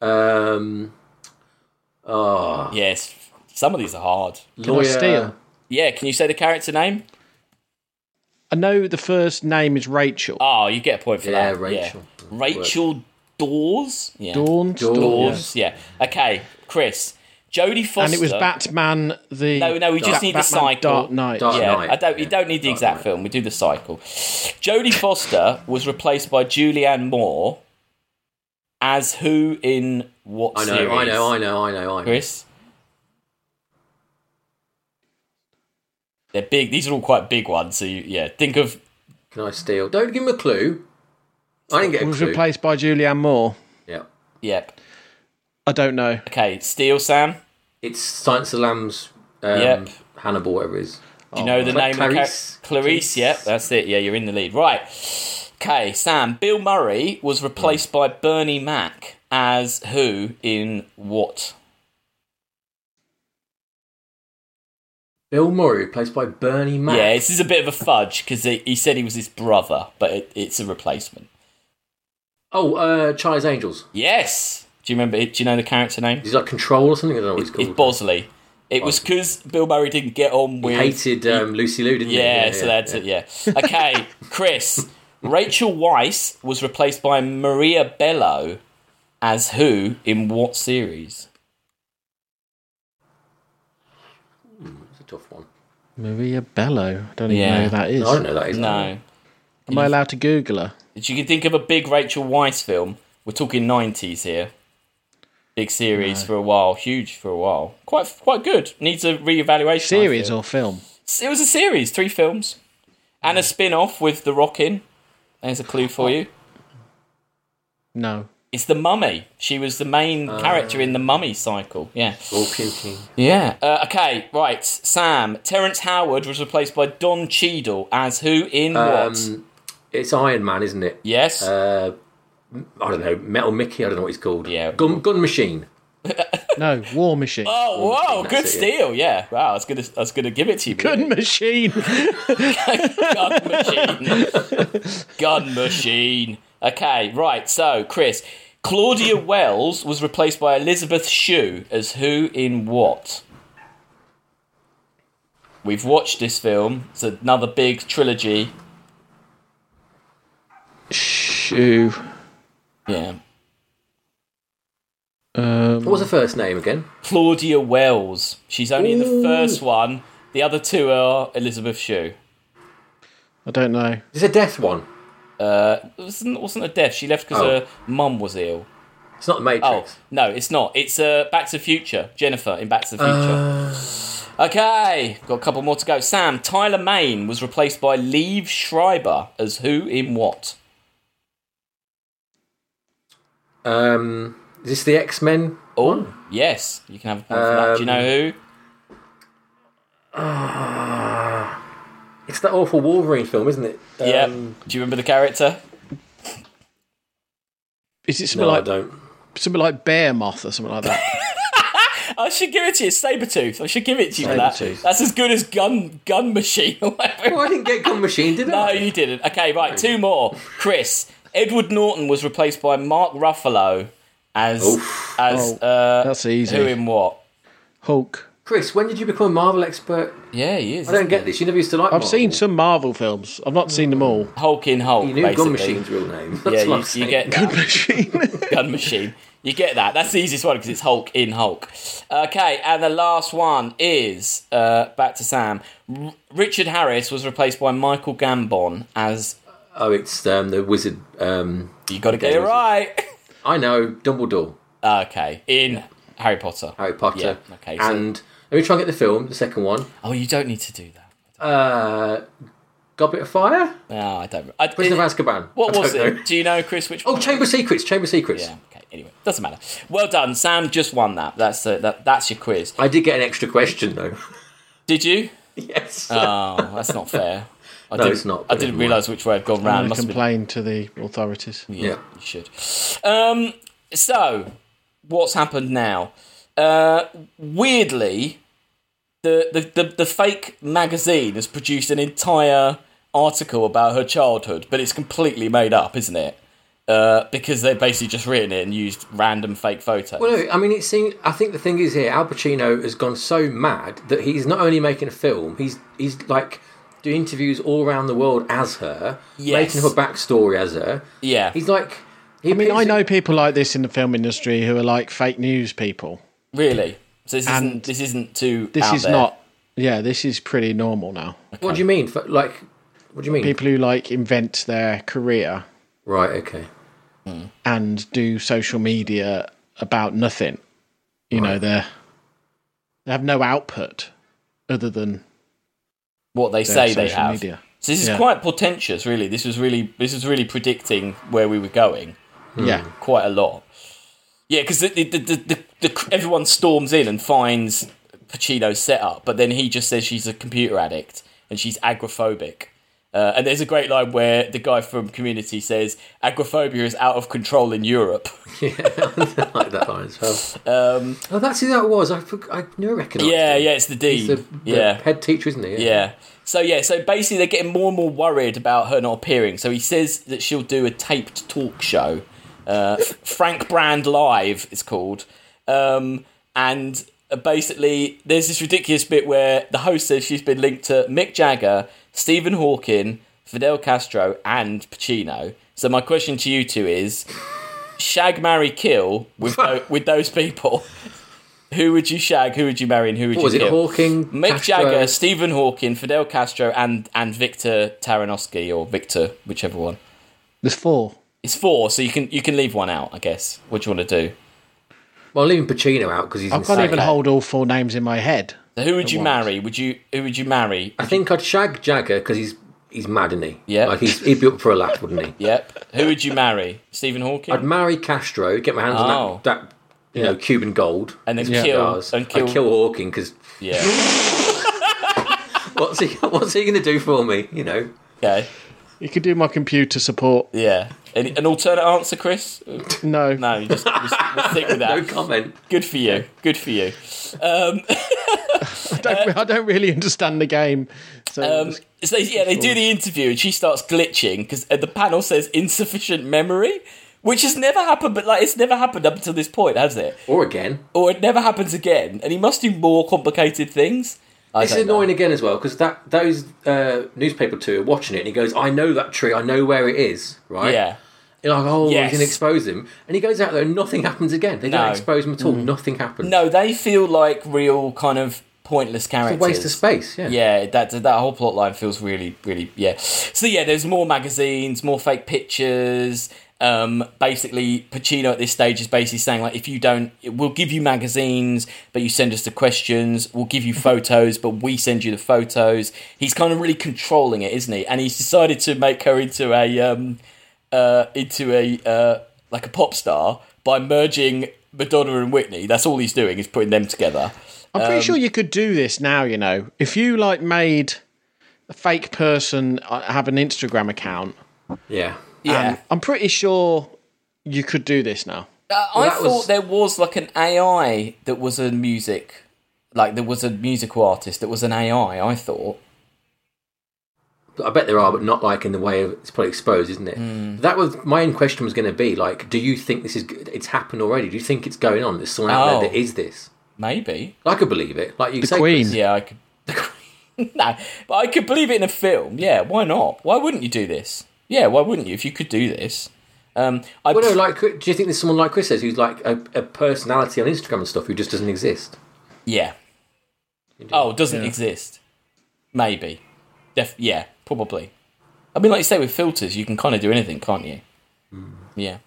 C: Um. Oh,
A: Yes. Some of these are hard.
B: Can I steal?
A: Yeah. Can you say the character name?
B: I know the first name is Rachel.
A: Oh, you get a point for
C: Yeah,
A: that.
C: Rachel.
A: Yeah. Rachel Dawes. Yeah.
B: Dawn.
C: Dawn.
B: Dawn.
A: Dawes. Yeah. Okay. Chris. Jodie Foster.
B: And it was Batman. The
A: No, no, we just
B: Bat-
A: need the
B: Batman
A: cycle.
B: Dark Knight.
C: Dark-
A: yeah,
C: Knight.
A: I don't. You
C: Yeah,
A: don't need the
C: Dark
A: exact
C: Knight.
A: film. We do the cycle. Jodie Foster was replaced by Julianne Moore as who in what
C: I know,
A: series?
C: I know, I know, I know, I know.
A: Chris. They're big. These are all quite big ones. So you, yeah, think of
C: Can I steal? Don't give him a clue. I didn't get a
B: was
C: clue.
B: replaced by Julianne Moore.
C: yeah.
A: yep.
B: I don't know.
A: Okay, Steel Sam.
C: It's Science of the Lambs, um,
A: Yep.
C: Hannibal, whatever it Oh, is.
A: Do you know the
C: Cla-
A: name of the
C: Clarice.
A: character? Clarice, yep, that's it. Yeah, you're in the lead. Right. Okay, Sam. Bill Murray
C: Hmm.
A: was replaced by Bernie Mac as who in what?
C: Bill Murray, replaced by Bernie Mac.
A: Yeah, this is a bit of a fudge because he, he said he was his brother, but it, it's a replacement.
C: Oh, uh, Charlie's Angels.
A: Yes. Do you remember? it? Do you know the character name?
C: Is he like Control or something? I don't know what he's
A: It's
C: called.
A: Bosley. It was because Bill Murray didn't get on with.
C: He hated um, Lucy Liu, didn't he?
A: yeah, so that's it. Yeah. Okay, Chris. Rachel Weisz was replaced by Maria Bello as who in what series?
C: It's a tough one.
B: Maria Bello. I don't even
A: Yeah.
B: know who that is.
C: No, I don't know that. Is
A: No.
B: Am I allowed to Google her?
A: If you can think of a big Rachel Weisz film, we're talking 90s here. Big series for a while, huge for a while. Quite quite good. Needs a reevaluation.
B: Series
A: I feel.
B: or film?
A: It was a series, three films. And a spin off with The Rock in. There's a clue for you.
B: No.
A: It's The Mummy. She was the main
C: Ah.
A: character in The Mummy cycle. Yeah.
C: Scorpion King.
A: Yeah. Uh, okay, right. Sam. Terrence Howard was replaced by Don Cheadle as who in what?
C: Um, it's Iron Man, isn't it?
A: Yes.
C: Uh, I don't know. Metal Mickey. I don't know what he's called.
A: Yeah.
C: Gun, gun Machine.
B: No. War Machine.
A: oh,
C: Machine,
A: whoa.
C: that's
A: Good
C: it, yeah.
A: steal. Yeah. Wow. I was going to I was gonna give it to you.
B: *laughs* Gun Machine.
A: Gun machine. Gun machine. Okay, right. So, Chris.
C: *coughs*
A: Claudia Wells was replaced by Elizabeth Shue as who in what? We've watched this film. It's another big trilogy.
B: Shoo.
A: Yeah.
B: Um,
C: What was the first name again?
A: Claudia Wells. She's only in the first one. The other two are Elizabeth Shue.
B: I don't know.
C: It's a death one.
A: Uh, it wasn't, wasn't a death. She left because
C: Oh.
A: her mum was ill.
C: It's not the
A: Oh,
C: Matrix.
A: no, it's not. It's uh, Back to the Future. Jennifer in Back to the Future. Okay, got a couple more to go. Sam, Tyler Main was replaced by Liev Schreiber as who in what?
C: Um, is this the X Men?
A: Oh, yes, you can have a point for that. Do
C: Um,
A: you know who?
C: It's that awful Wolverine film, isn't it?
A: Yeah.
C: Um,
A: Do you remember the character?
B: Is it something
C: no, I
B: like
C: don't.
B: something like Bear Moth or something like that?
A: I should give it to you. Sabretooth. I should give it to you for
C: Sabretooth.
A: that. That's as good as Gun Gun Machine or whatever.
C: Well, Oh, I didn't get Gun Machine,
A: *laughs*
C: did
A: No,
C: I?
A: Oh, you didn't. Okay, right, two more. Chris, Edward Norton was replaced by Mark Ruffalo as as
B: Oh,
A: uh,
B: that's easy.
A: who in what?
B: Hulk.
C: Chris, when did you become a Marvel expert?
A: Yeah, he is.
C: I don't get this. You never used to like.
B: I've
A: Oh.
B: seen some Marvel films. I've not seen them
A: *laughs*
B: all.
A: Hulk in Hulk.
C: You knew
A: basically.
C: Gun Machine's real name. *laughs* That's
A: Yeah,
C: what
A: you,
C: I'm
A: you
C: saying.
A: get that.
B: Good machine.
A: *laughs* gun machine. You get that. That's the easiest one because it's Hulk in Hulk. Okay, and the last one is uh, back to Sam. R- Richard Harris was replaced by Michael Gambon as
C: Oh, it's um, the wizard. Um,
A: you got to get it
C: Wizard.
A: right. *laughs*
C: I know Dumbledore,
A: okay, in Harry Potter.
C: Harry Potter,
A: Yeah, okay, so-
C: and let me try and get the film, the second one,
A: Oh, you don't need to do that.
C: uh, Goblet of Fire,
A: No, I don't. I,
C: Prisoner of Azkaban. I
A: what
C: don't
A: was
C: know.
A: it? Do you know, Chris? Which
C: Oh, Chamber of Secrets, Chamber of Secrets.
A: Yeah. Okay. Anyway, doesn't matter. Well done, Sam. Just won that. That's uh, that. That's your quiz.
C: I did get an extra question though. *laughs*
A: Did you?
C: yes.
A: Oh, that's not
C: *laughs*
A: fair. I
C: No,
A: didn't-
C: it's not,
A: I
C: but
A: didn't
C: never mind.
A: realise which way I'd gone round.
B: I
A: Must have been
B: complain to the authorities.
A: Yeah,
C: Yeah.
A: you should. Um, so, what's happened now? Uh, weirdly, the, the, the, the fake magazine has produced an entire article about her childhood, but it's completely made up, isn't it? Uh, because they've basically just written it and used random fake photos.
C: Well, no, I mean, it seems. I think the thing is here, Al Pacino has gone so mad that he's not only making a film, he's he's like doing interviews all around the world as her,
A: Yes.
C: making her backstory as her.
A: yeah.
C: He's like, he
B: I mean, I know people like this in the film industry who are like fake news people.
A: Really? So this isn't
B: And
A: this isn't too
B: This
A: out
B: is
A: there.
B: not. Yeah, this is pretty normal now.
C: What do you mean? For- Like, what do you mean?
B: People who like invent their career
C: Right. Okay.
B: and do social media about nothing. You know, they're they have no output other than
A: what they say they
B: social
A: have.
B: media.
A: So this is
B: Yeah.
A: quite portentous really. This was really this was really predicting where we were going.
B: yeah.
A: quite a lot. Yeah, because the, the, the, the, the, everyone storms in and finds Pacino's setup, but then he just says she's a computer addict and she's agoraphobic. Uh, and there's a great line where the guy from Community says, "Agoraphobia is out of control in Europe."
C: *laughs* I like that line as well. Um, oh, that's who that was. I forg I knew I recognised.
A: yeah,
C: him.
A: yeah, it's the dean.
C: He's the, the
A: yeah,
C: head teacher, isn't he?
A: Yeah. So yeah, so basically they're getting more and more worried about her not appearing. So he says that she'll do a taped talk show, uh, F- Frank Brand Live, it's called, um, and uh, basically there's this ridiculous bit where the host says she's been linked to Mick Jagger, Stephen Hawking, Fidel Castro, and Pacino. So my question to you two is: Shag, marry, kill
C: *laughs*
A: with tho- with those people. Who would you shag? Who would you marry? And who would
C: What
A: you
C: was it?
A: kill?
C: Hawking,
A: Mick
C: Castro?
A: Jagger, Stephen Hawking, Fidel Castro, and and Victor Taranovsky or Victor, whichever one.
B: There's four.
A: It's four, so you can you can leave one out, I guess. What do you want to do?
C: Well, I'm leaving Pacino out because he's.
A: Oh,
B: I can't
C: insane.
B: even
A: Okay.
B: hold all four names in my head.
A: So who would you
B: once.
A: marry? Would you who would you marry?
C: I think I'd shag Jagger because he's he's mad, isn't he?
A: Yeah.
C: Like he's, he'd be up for a laugh, wouldn't he?
A: Yep. Who would you marry? Stephen Hawking,
C: I'd marry Castro, get my hands
A: Oh.
C: on that, that you know Cuban gold
A: and then
B: Yeah.
A: kill
C: bars.
A: and kill.
C: I'd kill Hawking because
A: Yeah.
C: what's he *laughs* what's he going to do for me? You know,
A: Okay.
B: You could do my computer support.
A: Yeah. Any, an alternate answer, Chris?
B: No.
A: No, you just, just we'll stick with
C: *laughs* no
A: that.
C: comment.
A: Good for you. Good for you.
B: *laughs* I, don't, I don't really understand the game. So
A: Uh, Um, so yeah, they do the interview and she starts glitching because the panel says insufficient memory, which has never happened. But like, it's never happened up until this point, has it?
C: Or again,
A: Or it never happens again. And he must do more complicated things. I
C: It's
A: don't know.
C: annoying again as well because that those uh, newspaper two are watching it and he goes, "I know that tree. I know where it is." Right?
A: Yeah,
C: You're like, "Oh,
A: Yes.
C: he's going to expose him," and he goes out there and nothing happens again. They
A: No. Mm.
C: don't expose him at all. Nothing happens.
A: no, they feel like real kind of pointless
C: It's
A: characters.
C: a waste of space. Yeah.
A: Yeah, that that whole plot line feels really, really yeah. So yeah, there's more magazines, more fake pictures. Um, basically, Pacino at this stage is basically saying like, if you don't, we'll give you magazines, but you send us the questions. We'll give you photos, but we send you the photos. He's kind of really controlling it, isn't he? And he's decided to make her into a um, uh, into a uh, like a pop star by merging Madonna and Whitney. That's all he's doing is putting them together.
B: I'm
A: Um,
B: pretty sure you could do this now. You know, if you like made a fake person uh, have an Instagram account,
C: Yeah.
A: Yeah.
B: um, I'm pretty sure you could do this now.
A: Uh, I
C: that
A: thought
C: was-
A: there was like an AI that was a music, like there was a musical artist that was an AI. I thought
C: I bet there are, but not like in the way of, it's probably exposed, isn't it?
A: Mm.
C: That was my own question was going to be like, do you think this is g- it's happened already? Do you think it's going on? There's someone out
A: Oh.
C: there that is this.
A: Maybe.
C: I could believe it. Like you
B: The
C: say,
B: Queen.
A: Yeah, I could. *laughs* no, but I could believe it in a film. Yeah, why not? Why wouldn't you do this? Yeah, why wouldn't you if you could do this? Um, I
C: Well, no, like, do you think there's someone like Chris says who's like a, a personality on Instagram and stuff who just doesn't exist?
A: yeah. Oh, it doesn't exist. Maybe. Def- yeah, probably. I mean, like you say, with filters, you can kind of do anything, can't you? Yeah.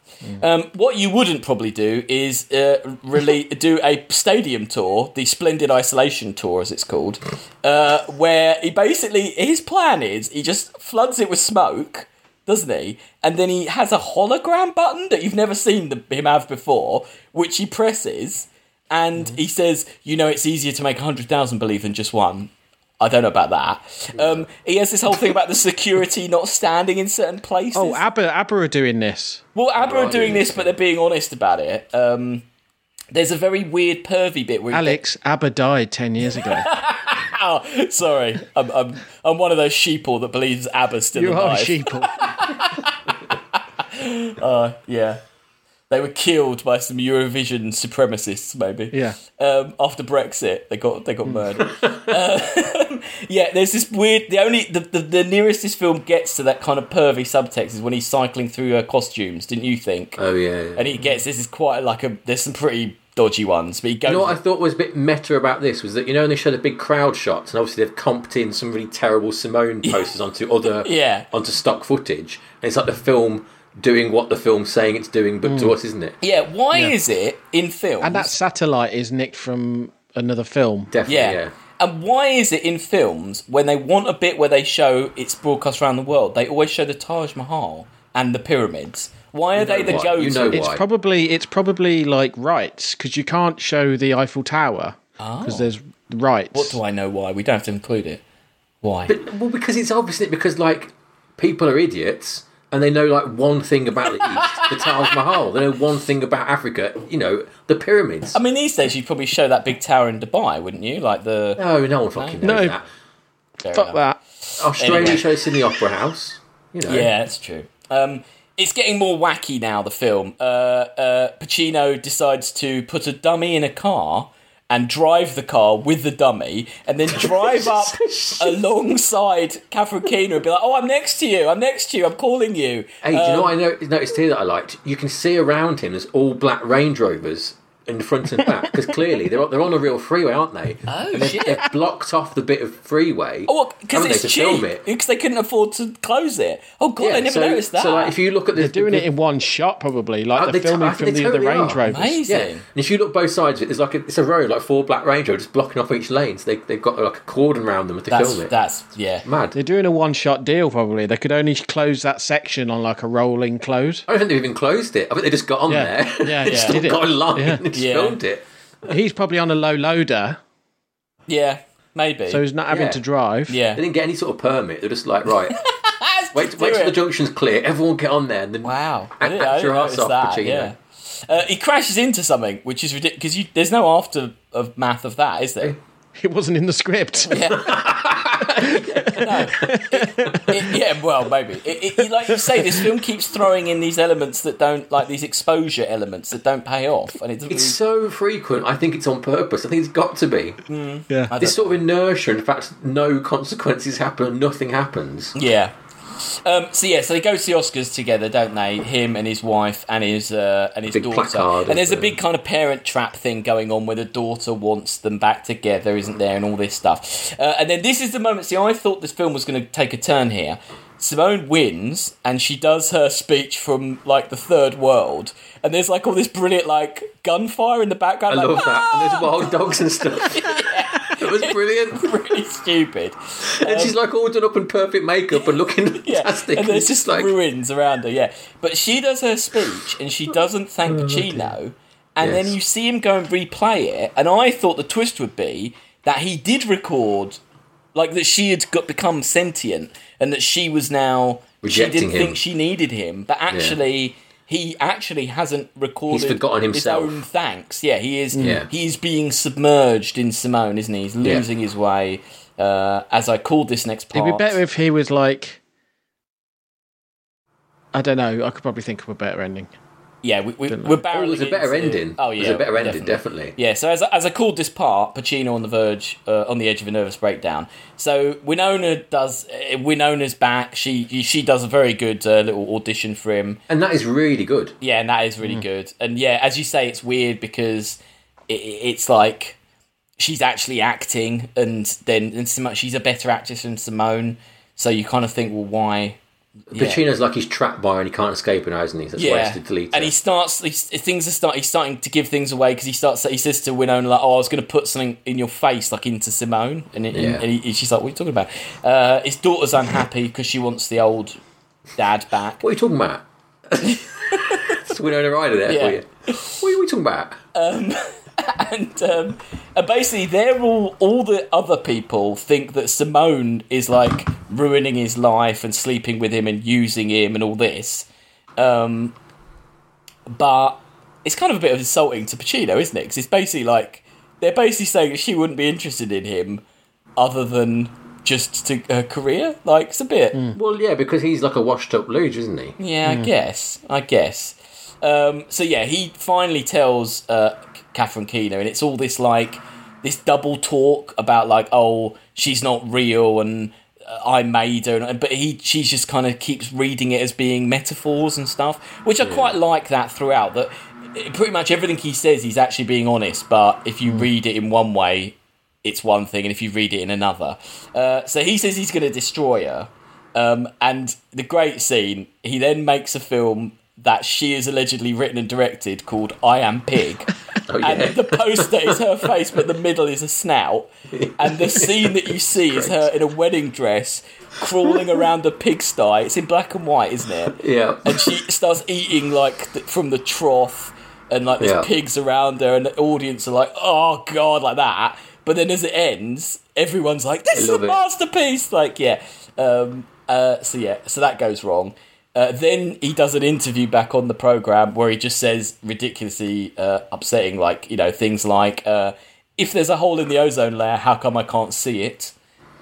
A: Um, what you wouldn't probably do is uh, really do a stadium tour, the Splendid Isolation Tour, as it's called, uh, where he basically his plan is he just floods it with smoke, doesn't he? And then he has a hologram button that you've never seen the, him have before, which he presses, and he says, "You know, it's easier to make hundred thousand believe than just one." I don't know about that. Um, he has this whole thing about the security not standing in certain places.
B: Oh, ABBA, ABBA are doing this.
A: Well, ABBA are
C: Right.
A: doing this, but they're being honest about it. Um, there's a very weird pervy bit where
B: Alex, ABBA died 10 years ago.
A: *laughs* Oh, *laughs* sorry, I'm, I'm I'm one of those sheeple that believes ABBA's still
B: you are a
A: alive.
B: sheeple.
A: Yeah, they were killed by some Eurovision supremacists, maybe.
B: Yeah. Hmm.
A: Um, after Brexit, they got they got
B: *laughs*
A: murdered. Um, *laughs* yeah, there's this weird. The only the, the the nearest this film gets to that kind of pervy subtext is when he's cycling through her costumes. Didn't you think?
C: Oh yeah. yeah.
A: and he gets this is quite like a. There's some pretty dodgy ones, but he goes.
C: You know what I thought was a bit meta about this was that you know when they showed the big crowd shots and obviously they've comped in some really
A: *laughs*
C: terrible Simone posters onto other
A: Yeah.
C: onto stock footage and it's like the film doing what the film's saying it's doing but
A: Mm.
C: to us isn't it
A: Yeah, why is it in films?
B: and that satellite is nicked from another film.
C: definitely
A: yeah.
C: yeah,
A: And why is it in films when they want a bit where they show it's broadcast around the world, they always show the Taj Mahal and the pyramids? Why are they
C: know
A: the
C: why.
A: go-to?
C: You know
B: It's
C: Why?
B: probably it's probably like rights because you can't show the Eiffel Tower because there's rights.
A: Oh. What do I know why? We don't have to include it. Why?
C: well because it's obviously because like people are idiots and they know like one thing about the
A: *laughs*
C: East the Taj Mahal they know one thing about Africa you know the pyramids
A: I mean, these days you'd probably show that big tower in Dubai, wouldn't you? Like the
C: no no one fucking knows
B: No.
C: that
A: Fair
B: Fuck
A: enough.
B: that.
C: Australia
A: Anyway.
C: shows Sydney Opera House you know
A: Yeah, that's true. Um, it's getting more wacky now. The film. Uh, uh, Pacino decides to put a dummy in a car and drive the car with the dummy, and then drive
C: *laughs*
A: up alongside Catherine Keener and be like, "Oh, I'm next to you. I'm next to you. I'm calling you."
C: Hey, do you know what I no-
A: Um,
C: noticed here that I liked? You can see around him there's all black Range Rovers in the front and back because clearly they're on- they're on a real freeway, aren't they?
A: Oh,
C: and they've,
A: shit.
C: they've blocked off the bit of freeway.
A: Oh, because
C: haven't
A: it's
C: they, to
A: cheap.
C: Film it.
A: Because they couldn't afford to close it. Oh god, I never
C: so,
A: noticed that.
C: So, like, if you look at the,
B: Doing it in one shot probably
C: Oh,
B: like
C: they
B: the
C: t- I
B: filming
C: think
B: from
C: they
B: the, the
C: totally
B: Range
C: are.
B: Rovers.
A: Amazing.
C: yeah, and if you look both sides of it, there's like a, it's a road like four black Range Rovers blocking off each lane. So they they've got like a cordon around them to
A: That's
C: film it.
A: that's yeah.
C: Mad.
B: They're doing a one shot deal probably. They could only close that section on like a rolling close.
C: I don't think they've even closed it. I think they just got on
B: Yeah.
C: there. *laughs*
B: Yeah,
C: they
B: yeah.
C: just all
B: Did it.
C: got in line
B: Yeah.
C: and just
A: Yeah.
C: filmed it.
B: He's probably on a low loader,
A: Yeah, maybe.
B: so he's not having
C: Yeah.
B: to drive.
A: yeah.
C: They didn't get any sort of permit. They're just like, right,
A: Let's
C: Wait,
A: do
C: wait till
A: it.
C: the junction's clear. Everyone get on there. And then
A: Wow, I
C: Act,
A: didn't, I
C: act
A: didn't
C: your ass
A: notice
C: off,
A: that.
C: Pacino.
A: Yeah, uh, he crashes into something, which is ridiculous because you there's no after of math of that, is
C: *laughs*
A: there?
B: It wasn't in
A: *laughs*
B: the script.
A: It- yeah, well, maybe. It, it, like you say, this film keeps throwing in these elements that don't like these exposure elements that don't pay off, and it doesn't.
C: It's
A: really-
C: so frequent. I think it's on purpose. I think it's got to be.
B: Yeah.
C: This sort of inertia, in fact, no consequences happen, nothing happens.
A: Yeah. Um, so yeah, so they go to the Oscars together, don't they? Him and his wife and his uh, and his
C: Big
A: daughter.
C: placard,
A: and there's a
C: isn't
A: big kind of parent trap thing going on where the daughter wants them back together, isn't there? And all this stuff. Uh, and then this is the moment. See, I thought this film was going to take a turn here. Simone wins, and she does her speech from like the third world, and there's like all this brilliant like gunfire in the background.
C: I
A: like,
C: love that.
A: "Ah!" *laughs*
C: And there's wild dogs and stuff. It was brilliant.
A: really stupid.
C: And she's like all done up in perfect makeup
A: *laughs*
C: and looking fantastic.
A: And there's
C: It's
A: just
C: like,
A: ruins around her, yeah. But she does her speech and she doesn't thank Pacino. And then
C: Oh, Yes.
A: you see him go and replay it. And I thought the twist would be that he did record, like that she had got become sentient and that she was now. she
C: Rejecting
A: didn't
C: him.
A: think she needed him, but actually. He actually hasn't recorded
C: forgotten himself.
A: his own thanks. Yeah, he is.
C: Yeah.
A: He is being submerged in Simone, isn't he? He's
C: Yeah.
A: losing his way. Uh, as I called this next part,
B: It'd be better if he was like. I don't know. I could probably think of a better ending.
A: yeah, we, we, we're barreling.
C: Oh, there's a better
A: into-
C: ending.
A: Oh yeah,
C: there's a better ending, definitely.
A: Yeah, so as, as I called this part, Pacino on the verge, uh, on the edge of a nervous breakdown. So Winona does. Uh, Winona's back. She she does a very good uh, little audition for him.
C: And that is really good.
A: Yeah, and that is
C: Mm.
A: really good. And yeah, as you say, it's weird because it, it's like she's actually acting, and then and Simo- she's a better actress than Simone. So you kind of think, well, why? Yeah.
C: Pacino's like he's trapped by her and he can't escape her now, isn't he? That's why
A: Yeah,
C: he's deleted.
A: and he starts. He, things are start. He's starting to give things away because he starts. He says to Winona, "Like, oh, I was going to put something in your face, like into Simone," and, it,
C: Yeah.
A: and he, she's like, "What are you talking about?" Uh, his daughter's unhappy because she wants the old dad back.
C: What are you
A: *laughs*
C: talking about? it's Winona Ryder there
A: Yeah.
C: for you. What are we talking about?
A: and, um, and basically, they're all all the other people think that Simone is like ruining his life and sleeping with him and using him and all this. Um, but it's kind of a bit insulting to Pacino, isn't it? Because it's basically like they're basically saying that she wouldn't be interested in him other than just to her career. Like it's a bit.
C: Well, yeah, because he's like a washed up luge, isn't he?
A: Yeah, I guess. I guess. Um, so yeah, he finally tells uh, C- Catherine Keener, and it's all this like this double talk about like, oh, she's not real, and uh, I made her, and, but he she just kind of keeps reading it as being metaphors and stuff, which I quite like that throughout. That uh, pretty much everything he says, he's actually being honest, but if you read it in one way, it's one thing, and if you read it in another, uh, so he says he's going to destroy her. Um, and the great scene, he then makes a film that she has allegedly written and directed called I Am Pig.
C: *laughs* Oh, yeah.
A: And the poster is her face, but the middle is a snout. And the scene that you see is her in a wedding dress crawling around a pigsty. It's in black and white, isn't it?
C: yeah.
A: And she starts eating like th- from the trough, and like there's
C: Yeah.
A: pigs around her, and the audience are like, "Oh God," like that. But then as it ends, everyone's like, "This is a
C: love it.
A: masterpiece!" Like, yeah. Um, uh, so yeah, so that goes wrong. Uh, then he does an interview back on the program where he just says ridiculously uh, upsetting, like you know things like, uh, "If there's a hole in the ozone layer, how come I can't see it?"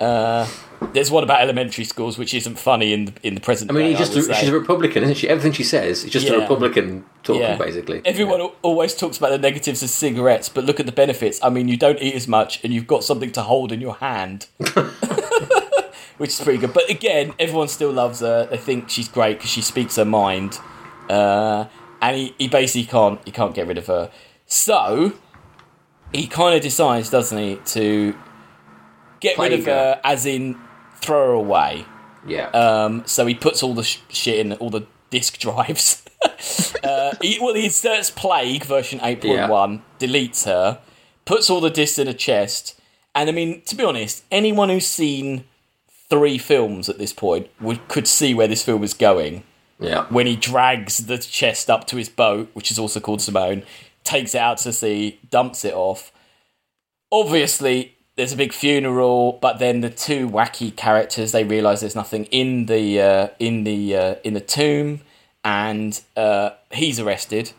A: Uh, there's one about elementary schools, which isn't funny in the, in the present.
C: I mean,
A: day,
C: he just
A: would say.
C: she's a Republican, isn't she? Everything she says is just
A: Yeah.
C: a Republican talking, basically.
A: Everyone al always talks about the negatives of cigarettes, but look at the benefits. I mean, you don't eat as much and you've got something to hold in your
C: *laughs*
A: hand, *laughs* which is pretty good. But again, everyone still loves her. They think she's great because she speaks her mind. Uh, and he, he basically can't he can't get rid of her. So he kind of decides, doesn't he, to get rid
C: Plague
A: of
C: her.
A: her, as in throw her away.
C: yeah.
A: Um, so he puts all the sh- shit in all the disk *laughs* drives. uh, he, well, he inserts Plague version 8.1, deletes her, puts all the discs in a chest. And I mean, to be honest, anyone who's seen three films at this point would, could see where this film is going
C: yeah.
A: when he drags the chest up to his boat, which is also called Simone, takes it out to sea, dumps it off. Obviously, there's a big funeral, but then the two wacky characters they realise there's nothing in the uh, in the uh, in the tomb, and uh, he's arrested,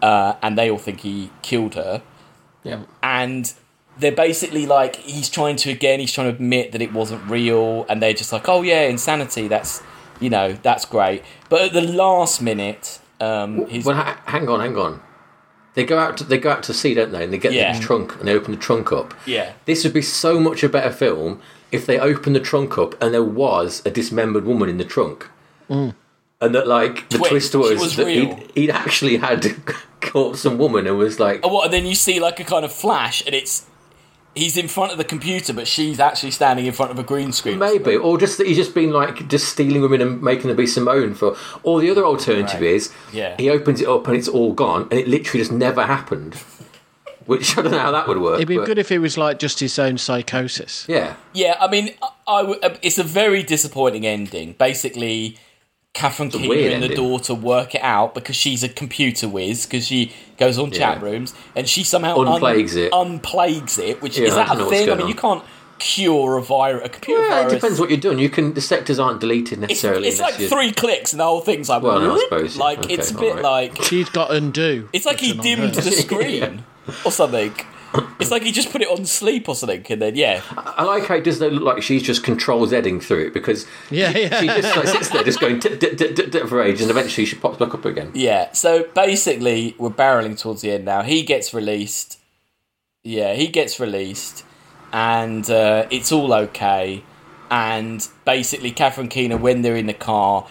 A: uh, and they all think he killed her
C: yeah.
A: and they're basically like he's trying to again he's trying to admit that it wasn't real and they're just like oh yeah insanity that's you know that's great but at the last minute um his
C: Well, ha- hang on, hang on. They go out. To, they go out to sea, don't they? And they get
A: Yeah.
C: the trunk and they open the trunk up.
A: Yeah.
C: This would be so much a better film if they opened the trunk up and there was a dismembered woman in the trunk.
B: Mm.
C: And that, like, the
A: Twin.
C: twist
A: She
C: was,
A: was
C: that
A: real.
C: he'd, he'd actually had *laughs* caught some woman and was like,
A: what and then you see like a kind of flash and it's he's in front of the computer but she's actually standing in front of a green screen
C: Maybe, or just that he's just been like just stealing women and making them be Simone for. Or the other alternative
A: Right.
C: is
A: Yeah.
C: he opens it up and it's all gone, and it literally just never happened. Which I don't know how that would work.
B: It'd be
C: but-
B: good if it was like just his own psychosis.
C: Yeah,
A: yeah i mean I- I w- uh, it's a very disappointing ending basically Catherine Keener
C: weird
A: and the
C: ending.
A: daughter work it out because she's a computer whiz because she goes on chat rooms and she somehow
C: Unplagues it.
A: Unplagues it, which
C: Yeah,
A: is
C: I
A: that
C: don't know
A: a
C: what's
A: thing? I
C: going
A: mean,
C: on.
A: you can't cure a virus, a computer
C: yeah. It
A: virus.
C: depends what you're doing. You can the sectors aren't deleted
A: It's,
C: necessarily.
A: it's like
C: unless you-
A: three clicks and the whole thing's like,
C: Well, no, I
A: "Whoop."
C: suppose, yeah.
A: like
C: Okay,
A: it's a
C: all
A: bit
C: right.
A: like
B: She's got undo.
A: it's like he
B: written on
A: dimmed
B: her. *laughs*
A: the screen or something. It's like he just put it on sleep or something, and then yeah,
C: I like how it does though look like she's just control Zing through it because
B: Yeah,
C: she,
B: yeah.
C: she just like sits there just going dip, dip, dip, dip, dip for ages and eventually she pops back up again.
A: yeah. So basically, we're barreling towards the end now. He gets released. Yeah, he gets released, and uh, it's all okay. And basically, Catherine Keener, when they're in the car,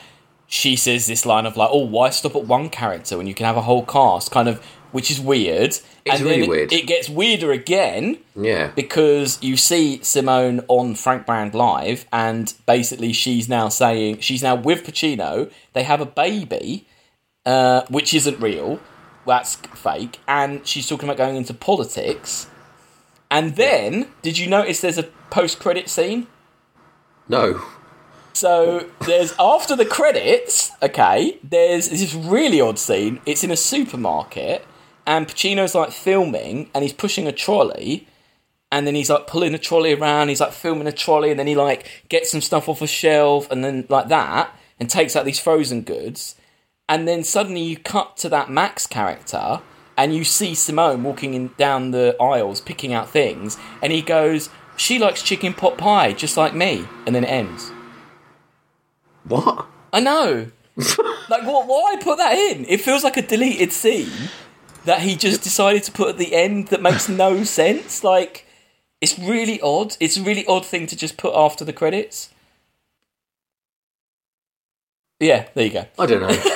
A: she says this line of like, "Oh, why stop at one character when you can have a whole cast?" Kind of, which is weird. It's
C: really
A: it,
C: weird.
A: It gets weirder again.
C: Yeah.
A: because you see Simone on Frank Brand Live, and basically she's now saying she's now with Pacino. They have a baby, uh, which isn't real. That's fake. And she's talking about going into politics. And then, did you notice there's a post credit scene?
C: No.
A: So there's after the credits, okay, there's this really odd scene. It's in a supermarket and Pacino's like filming and he's pushing a trolley and then he's like pulling a trolley around, he's like filming a trolley and then he like gets some stuff off a shelf and then like that and takes out these frozen goods. And then suddenly you cut to that Max character and you see Simone walking in down the aisles picking out things and he goes, "She likes chicken pot pie just like me." And then it ends.
C: What?
A: I know. like, what? Why put that in? It feels like a deleted scene that he just decided to put at the end that makes no sense. Like, it's really odd. It's a really odd thing to just put after the credits. Yeah, there you go. *laughs*
C: I don't know.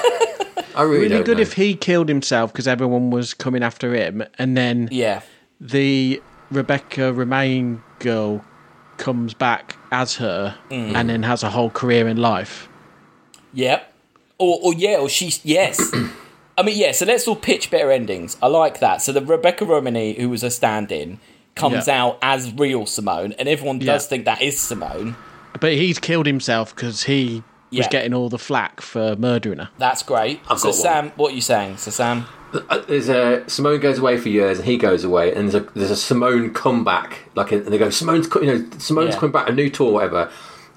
C: I really,
B: really
C: don't
B: good
C: know.
B: if he killed himself because everyone was coming after him, and then
A: Yeah,
B: the Rebecca Remain girl comes back as her,
C: Mm.
B: and then has a whole career in life.
A: yep. Or, or yeah, or she's yes. *clears throat* I mean, yeah. So let's all pitch better endings. I like that. So the Rebecca Romany, who was a stand-in, comes
B: Yeah.
A: out as real Simone, and everyone does
B: Yeah.
A: think that is Simone.
B: But he's killed himself because he was
A: Yeah.
B: getting all the flack for murdering her.
A: That's great. so
C: got one.
A: Sam, what are you saying? So Sam,
C: Uh, There's a Simone goes away for years, and he goes away, and there's a, there's a Simone comeback. Like, and they go, Simone's, co- you know, Simone's
A: Yeah.
C: coming back, a new tour, whatever.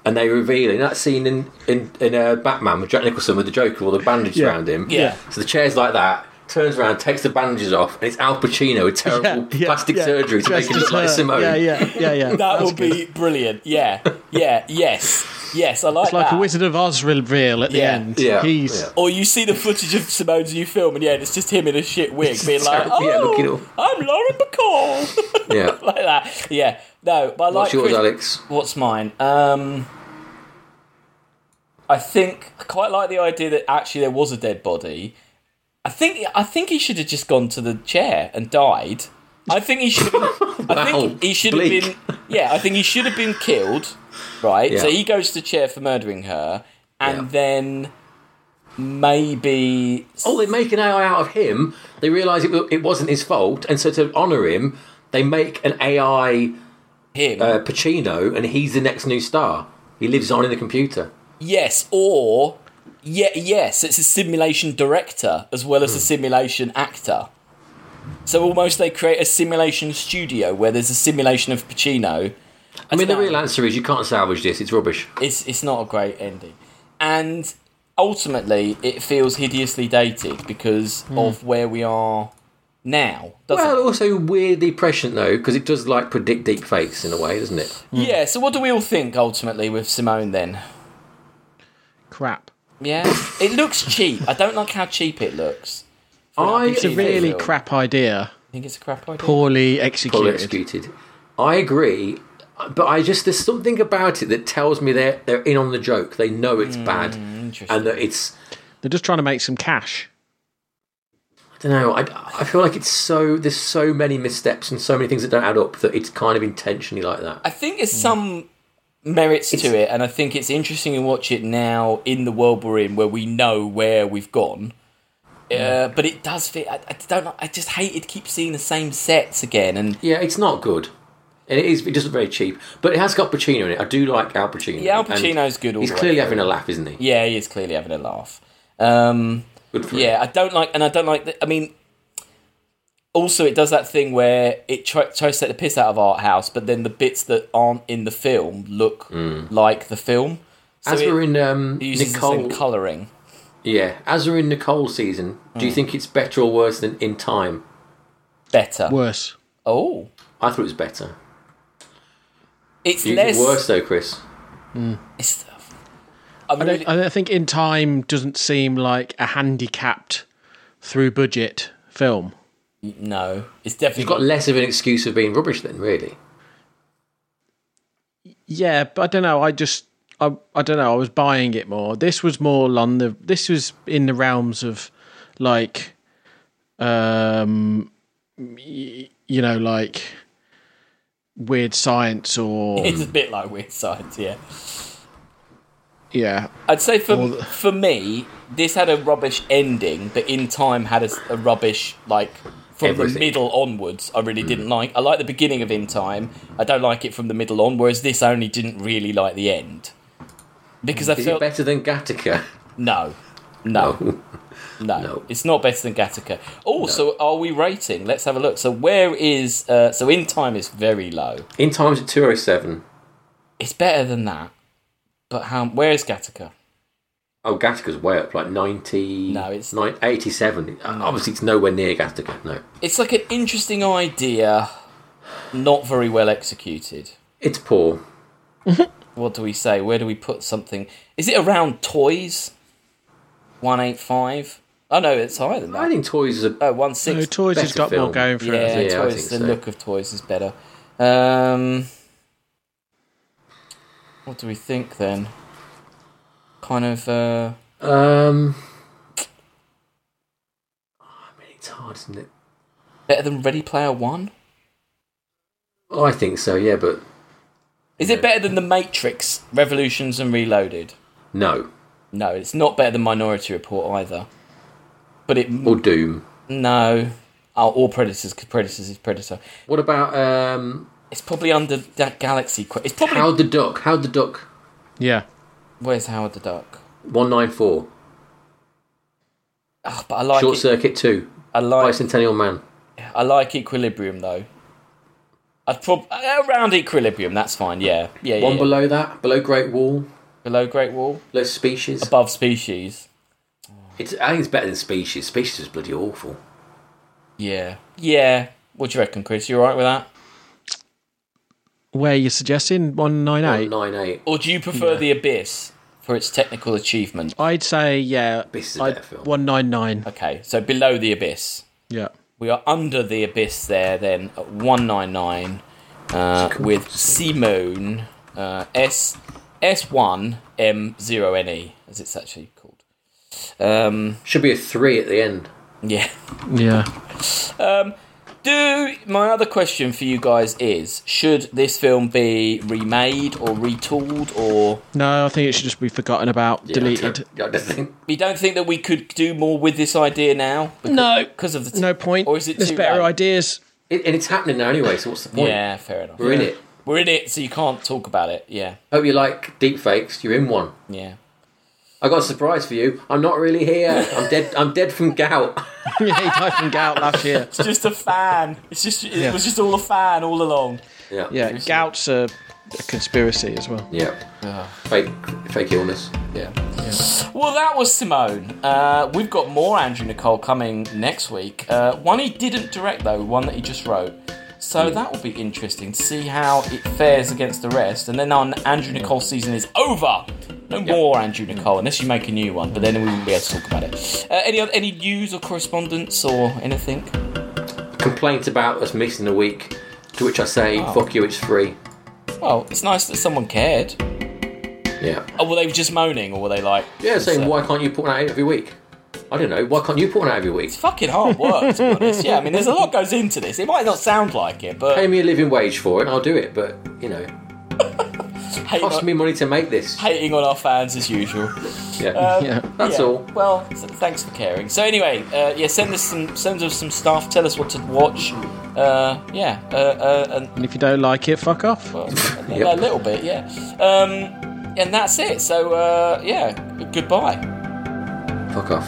C: And they reveal in that scene in in, in uh, Batman with Jack Nicholson with the Joker, all the bandages
B: Yeah.
C: around him.
A: Yeah.
C: So the chair's like that. Turns around, takes the bandages off, and it's Al Pacino with terrible
B: Yeah, yeah,
C: Uh, plastic
B: yeah.
C: surgery to make
B: Dressed
C: him look
B: as
C: like
B: her.
C: Simone.
B: Yeah, yeah, yeah,
C: *laughs*
B: yeah.
A: that
B: That's
A: will
B: good.
A: be brilliant. Yeah, yeah, yes, yes. I like,
B: It's like
A: that.
B: a Wizard of Oz reveal at the
A: Yeah.
B: end.
C: Yeah,
B: he's
C: yeah.
A: Or you see the footage of Simone's new film, and yeah, it's just him in a shit wig,
C: *laughs*
A: being like,
C: terrible. Yeah,
A: "Oh,
C: looking all-
A: I'm Lauren Bacall,"
C: Yeah.
A: *laughs* like that. Yeah, no, but I like
C: What's yours,
A: Chris-
C: Alex?
A: What's mine? Um, I think I quite like the idea that actually there was a dead body. I think I think he should have just gone to the chair and died. I think he should. Have been, I
C: *laughs* Wow,
A: think he should have
C: bleak.
A: been. Yeah, I think he should have been killed. Right. So
C: Yeah.
A: he goes to the chair for murdering her, and
C: Yeah.
A: then maybe
C: Oh, they make an AI out of him. They realise it, wa- it wasn't his fault, and so to honour him, they make an AI
A: him.
C: uh, Pacino, and he's the next new star. He lives on in the computer.
A: Yes, or yeah, yes, it's a simulation director as well as a simulation actor. So almost they create a simulation studio where there's a simulation of Pacino.
C: I mean, the
A: know.
C: real answer is you can't salvage this. It's rubbish.
A: It's it's not a great ending, and ultimately it feels hideously dated because of where we are now. Doesn't
C: Well,
A: it?
C: also weirdly prescient though, because it does like predict deep fakes in a way, doesn't it?
A: Yeah. So what do we all think ultimately with Simone then?
B: crap.
A: Yeah, it looks cheap. I don't like how cheap it looks.
C: I
A: It's
B: It's a really
A: Yeah.
B: crap idea,
A: I think it's a crap idea.
B: poorly
C: well
B: executed.
C: executed. I agree, but I just there's something about it that tells me they're they're in on the joke. They know it's bad,
A: Hmm, Interesting.
C: and that it's
B: They're just trying to make some cash.
C: I don't know. I, I feel like it's so there's so many missteps and so many things that don't add up that it's kind of intentionally like that.
A: I think there's some merits to it, and I think it's interesting to watch it now in the world we're in, where we know where we've gone. Uh, but it does fit. I, I don't. know- I just hate it. Keep seeing the same sets again, and
C: Yeah, it's not good. And it is it doesn't very cheap, but it has got Pacino in it. I do like Al Pacino.
A: yeah, Al
C: and
A: Pacino's good. All
C: He's
A: the way
C: clearly
A: through.
C: having a laugh, isn't he?
A: Yeah, he is clearly having a laugh. Um,
C: Good for
A: yeah,
C: him.
A: I don't like, and I don't like. The, I mean, also it does that thing where it try, tries to take the piss out of art house, but then the bits that aren't in the film look like the film. So
C: As
A: it
C: we're in um,
A: uses the same
C: Nicole,
A: colouring.
C: yeah, as we're in
A: Mm.
C: Nicole season, do you think it's better or worse than in time?
A: better.
B: Worse.
A: Oh,
C: I thought it was better.
A: it's
C: You
A: less.
C: think worse though, Chris.
A: It's, I'm
B: I
A: really,
B: don't, I don't think in time doesn't seem like a handicapped through budget film.
A: no, it's definitely
C: You've got less of an excuse of being rubbish then, really.
B: Yeah, but I don't know. I just I I don't know. I was buying it more. This was more on the this was in the realms of like um y- you know like weird science *laughs* or
C: Mm.
A: It's a bit like Weird Science, yeah.
B: yeah
A: I'd say for
B: Or the-
A: for me, this had a rubbish ending, but in time had a, s- a rubbish like from the
C: Everything. Mm.
A: middle onwards. I really didn't like. I like the beginning of In Time. I don't like it from the middle on. Whereas this, I only didn't really like the end because I
C: Is
A: felt
C: it better than Gattaca? *laughs*
A: no, no,
C: No.
A: *laughs* no,
C: No.
A: It's not better than Gattaca. Oh, so are we rating? Let's have a look. So where is uh, so In Time is very low.
C: In Times at 207.
A: It's better than that, but how? Where is Gattaca?
C: Oh, Gattaca's way up, like 90.
A: No, it's- Mm.
C: nine- 87. Obviously, it's nowhere near Gattaca, no.
A: It's like an interesting idea, not very well executed.
C: It's poor.
A: What do we say? Where do we put something? Is it around toys? 185? Oh no, it's higher than
C: I
A: that.
C: think Toys is a.
A: Oh, one
B: no,
A: six.
B: toys has
C: better
B: got more
C: film.
B: going for
A: yeah,
B: it.
C: Yeah, I
A: toys. The
C: think so.
A: look of toys is better. Um, what do we think then? Kind of. Uh,
C: Um, Ah, I mean, it's hard, isn't it?
A: Better than Ready Player One?
C: Oh, I think so, yeah, but
A: Is it better than The Matrix, Revolutions and Reloaded?
C: no.
A: No, it's not better than Minority Report either. But it
C: Or Doom.
A: no, oh, or Predators because Predators is Predator.
C: What about um,
A: It's probably under that Galaxy. Qu- It's probably
C: Howard the Duck? Howard the Duck
B: Yeah,
A: where's Howard the Duck?
C: 194.
A: Ah, but I like
C: Short
A: it-
C: Circuit 2.
A: I like
C: Bicentennial Man.
A: I like Equilibrium though. I'd prob- around Equilibrium. That's fine. Yeah, yeah, yeah.
C: One
A: yeah. Below-,
C: below that, below Great Wall,
A: Great Wall,
C: below Species.
A: above Species.
C: It's, I think it's better than Species. Species is bloody awful.
A: Yeah, yeah. What do you reckon, Chris? You alright with that?
B: where you're suggesting one nine eight.
C: 198.
A: Or do you prefer the Abyss for its technical achievement?
B: I'd say yeah,
C: This is a better film.
B: one nine nine.
A: Okay, so below the Abyss.
B: Yeah.
A: We are under the abyss there, then at 199 uh, with Simone uh, S S1M0NE, E, as it's actually called. Um,
C: Should be a three at the end.
A: yeah.
B: Yeah.
A: Do my other question for you guys is: Should this film be remade or retooled, or
B: No, I think it should just be forgotten about, deleted.
C: *laughs* I don't, I don't think.
A: we don't think that we could do more with this idea now? Because,
B: No.
A: because of the
B: No point.
A: Or is it
B: There's
A: too
B: better
A: late?
B: ideas. *laughs*
C: It, and it's happening now anyway, so what's the point?
A: Yeah, fair enough.
C: We're in it.
A: We're in it, so you can't talk about it. Yeah,
C: Hope you like deep fakes. You're in one.
A: yeah.
C: I got a surprise for you. I'm not really here. I'm dead. I'm dead from gout.
B: yeah, he died from gout last
A: *laughs*
B: year.
A: It's just a fan. It's just it
B: Yeah.
A: was just all a fan all along.
C: *laughs* Yeah.
B: Yeah, gout's a, a conspiracy as well.
C: Yeah. Fake. Fake illness.
A: Yeah. Well, that was Simone. Uh, we've got more Andrew Nicole coming next week. Uh, one he didn't direct though, one that he just wrote. So
C: Hmm.
A: that will be interesting to see how it fares against the rest. And then our Andrew
C: Hmm.
A: Nicole season is over. No more Andrew Nicole, unless you make a new one. But then we won't be able to talk about it. Uh, any other, any news or correspondence or anything?
C: Complaint about us missing a week. To which I say, fuck you. It's free.
A: Well, it's nice that someone cared.
C: Yeah.
A: Oh, were they just moaning, or were they like? uh,
C: Yeah. Saying
A: concerned?
C: why can't you put one out every week? I don't know. Why can't you put one out every week?
A: It's fucking hard work, to be honest. Yeah, I mean, there's a lot goes into this. It might not sound like it, but
C: Pay me a living wage for it, and I'll do it. But you know,
A: hating,
C: cost
A: on,
C: me money to make this.
A: hating on our fans as usual.
C: Yeah.
B: Yeah.
C: That's
A: Yeah,
C: all.
A: Well, th- thanks for caring. So anyway, uh, yeah, send us some, send us some stuff. Tell us what to watch. Uh, yeah, uh, uh, and
B: And if you don't like it, fuck off.
C: *laughs*
A: well, a-
C: Yep.
A: a little bit, yeah. Um, and that's it. So uh, yeah, goodbye.
C: Fuck off.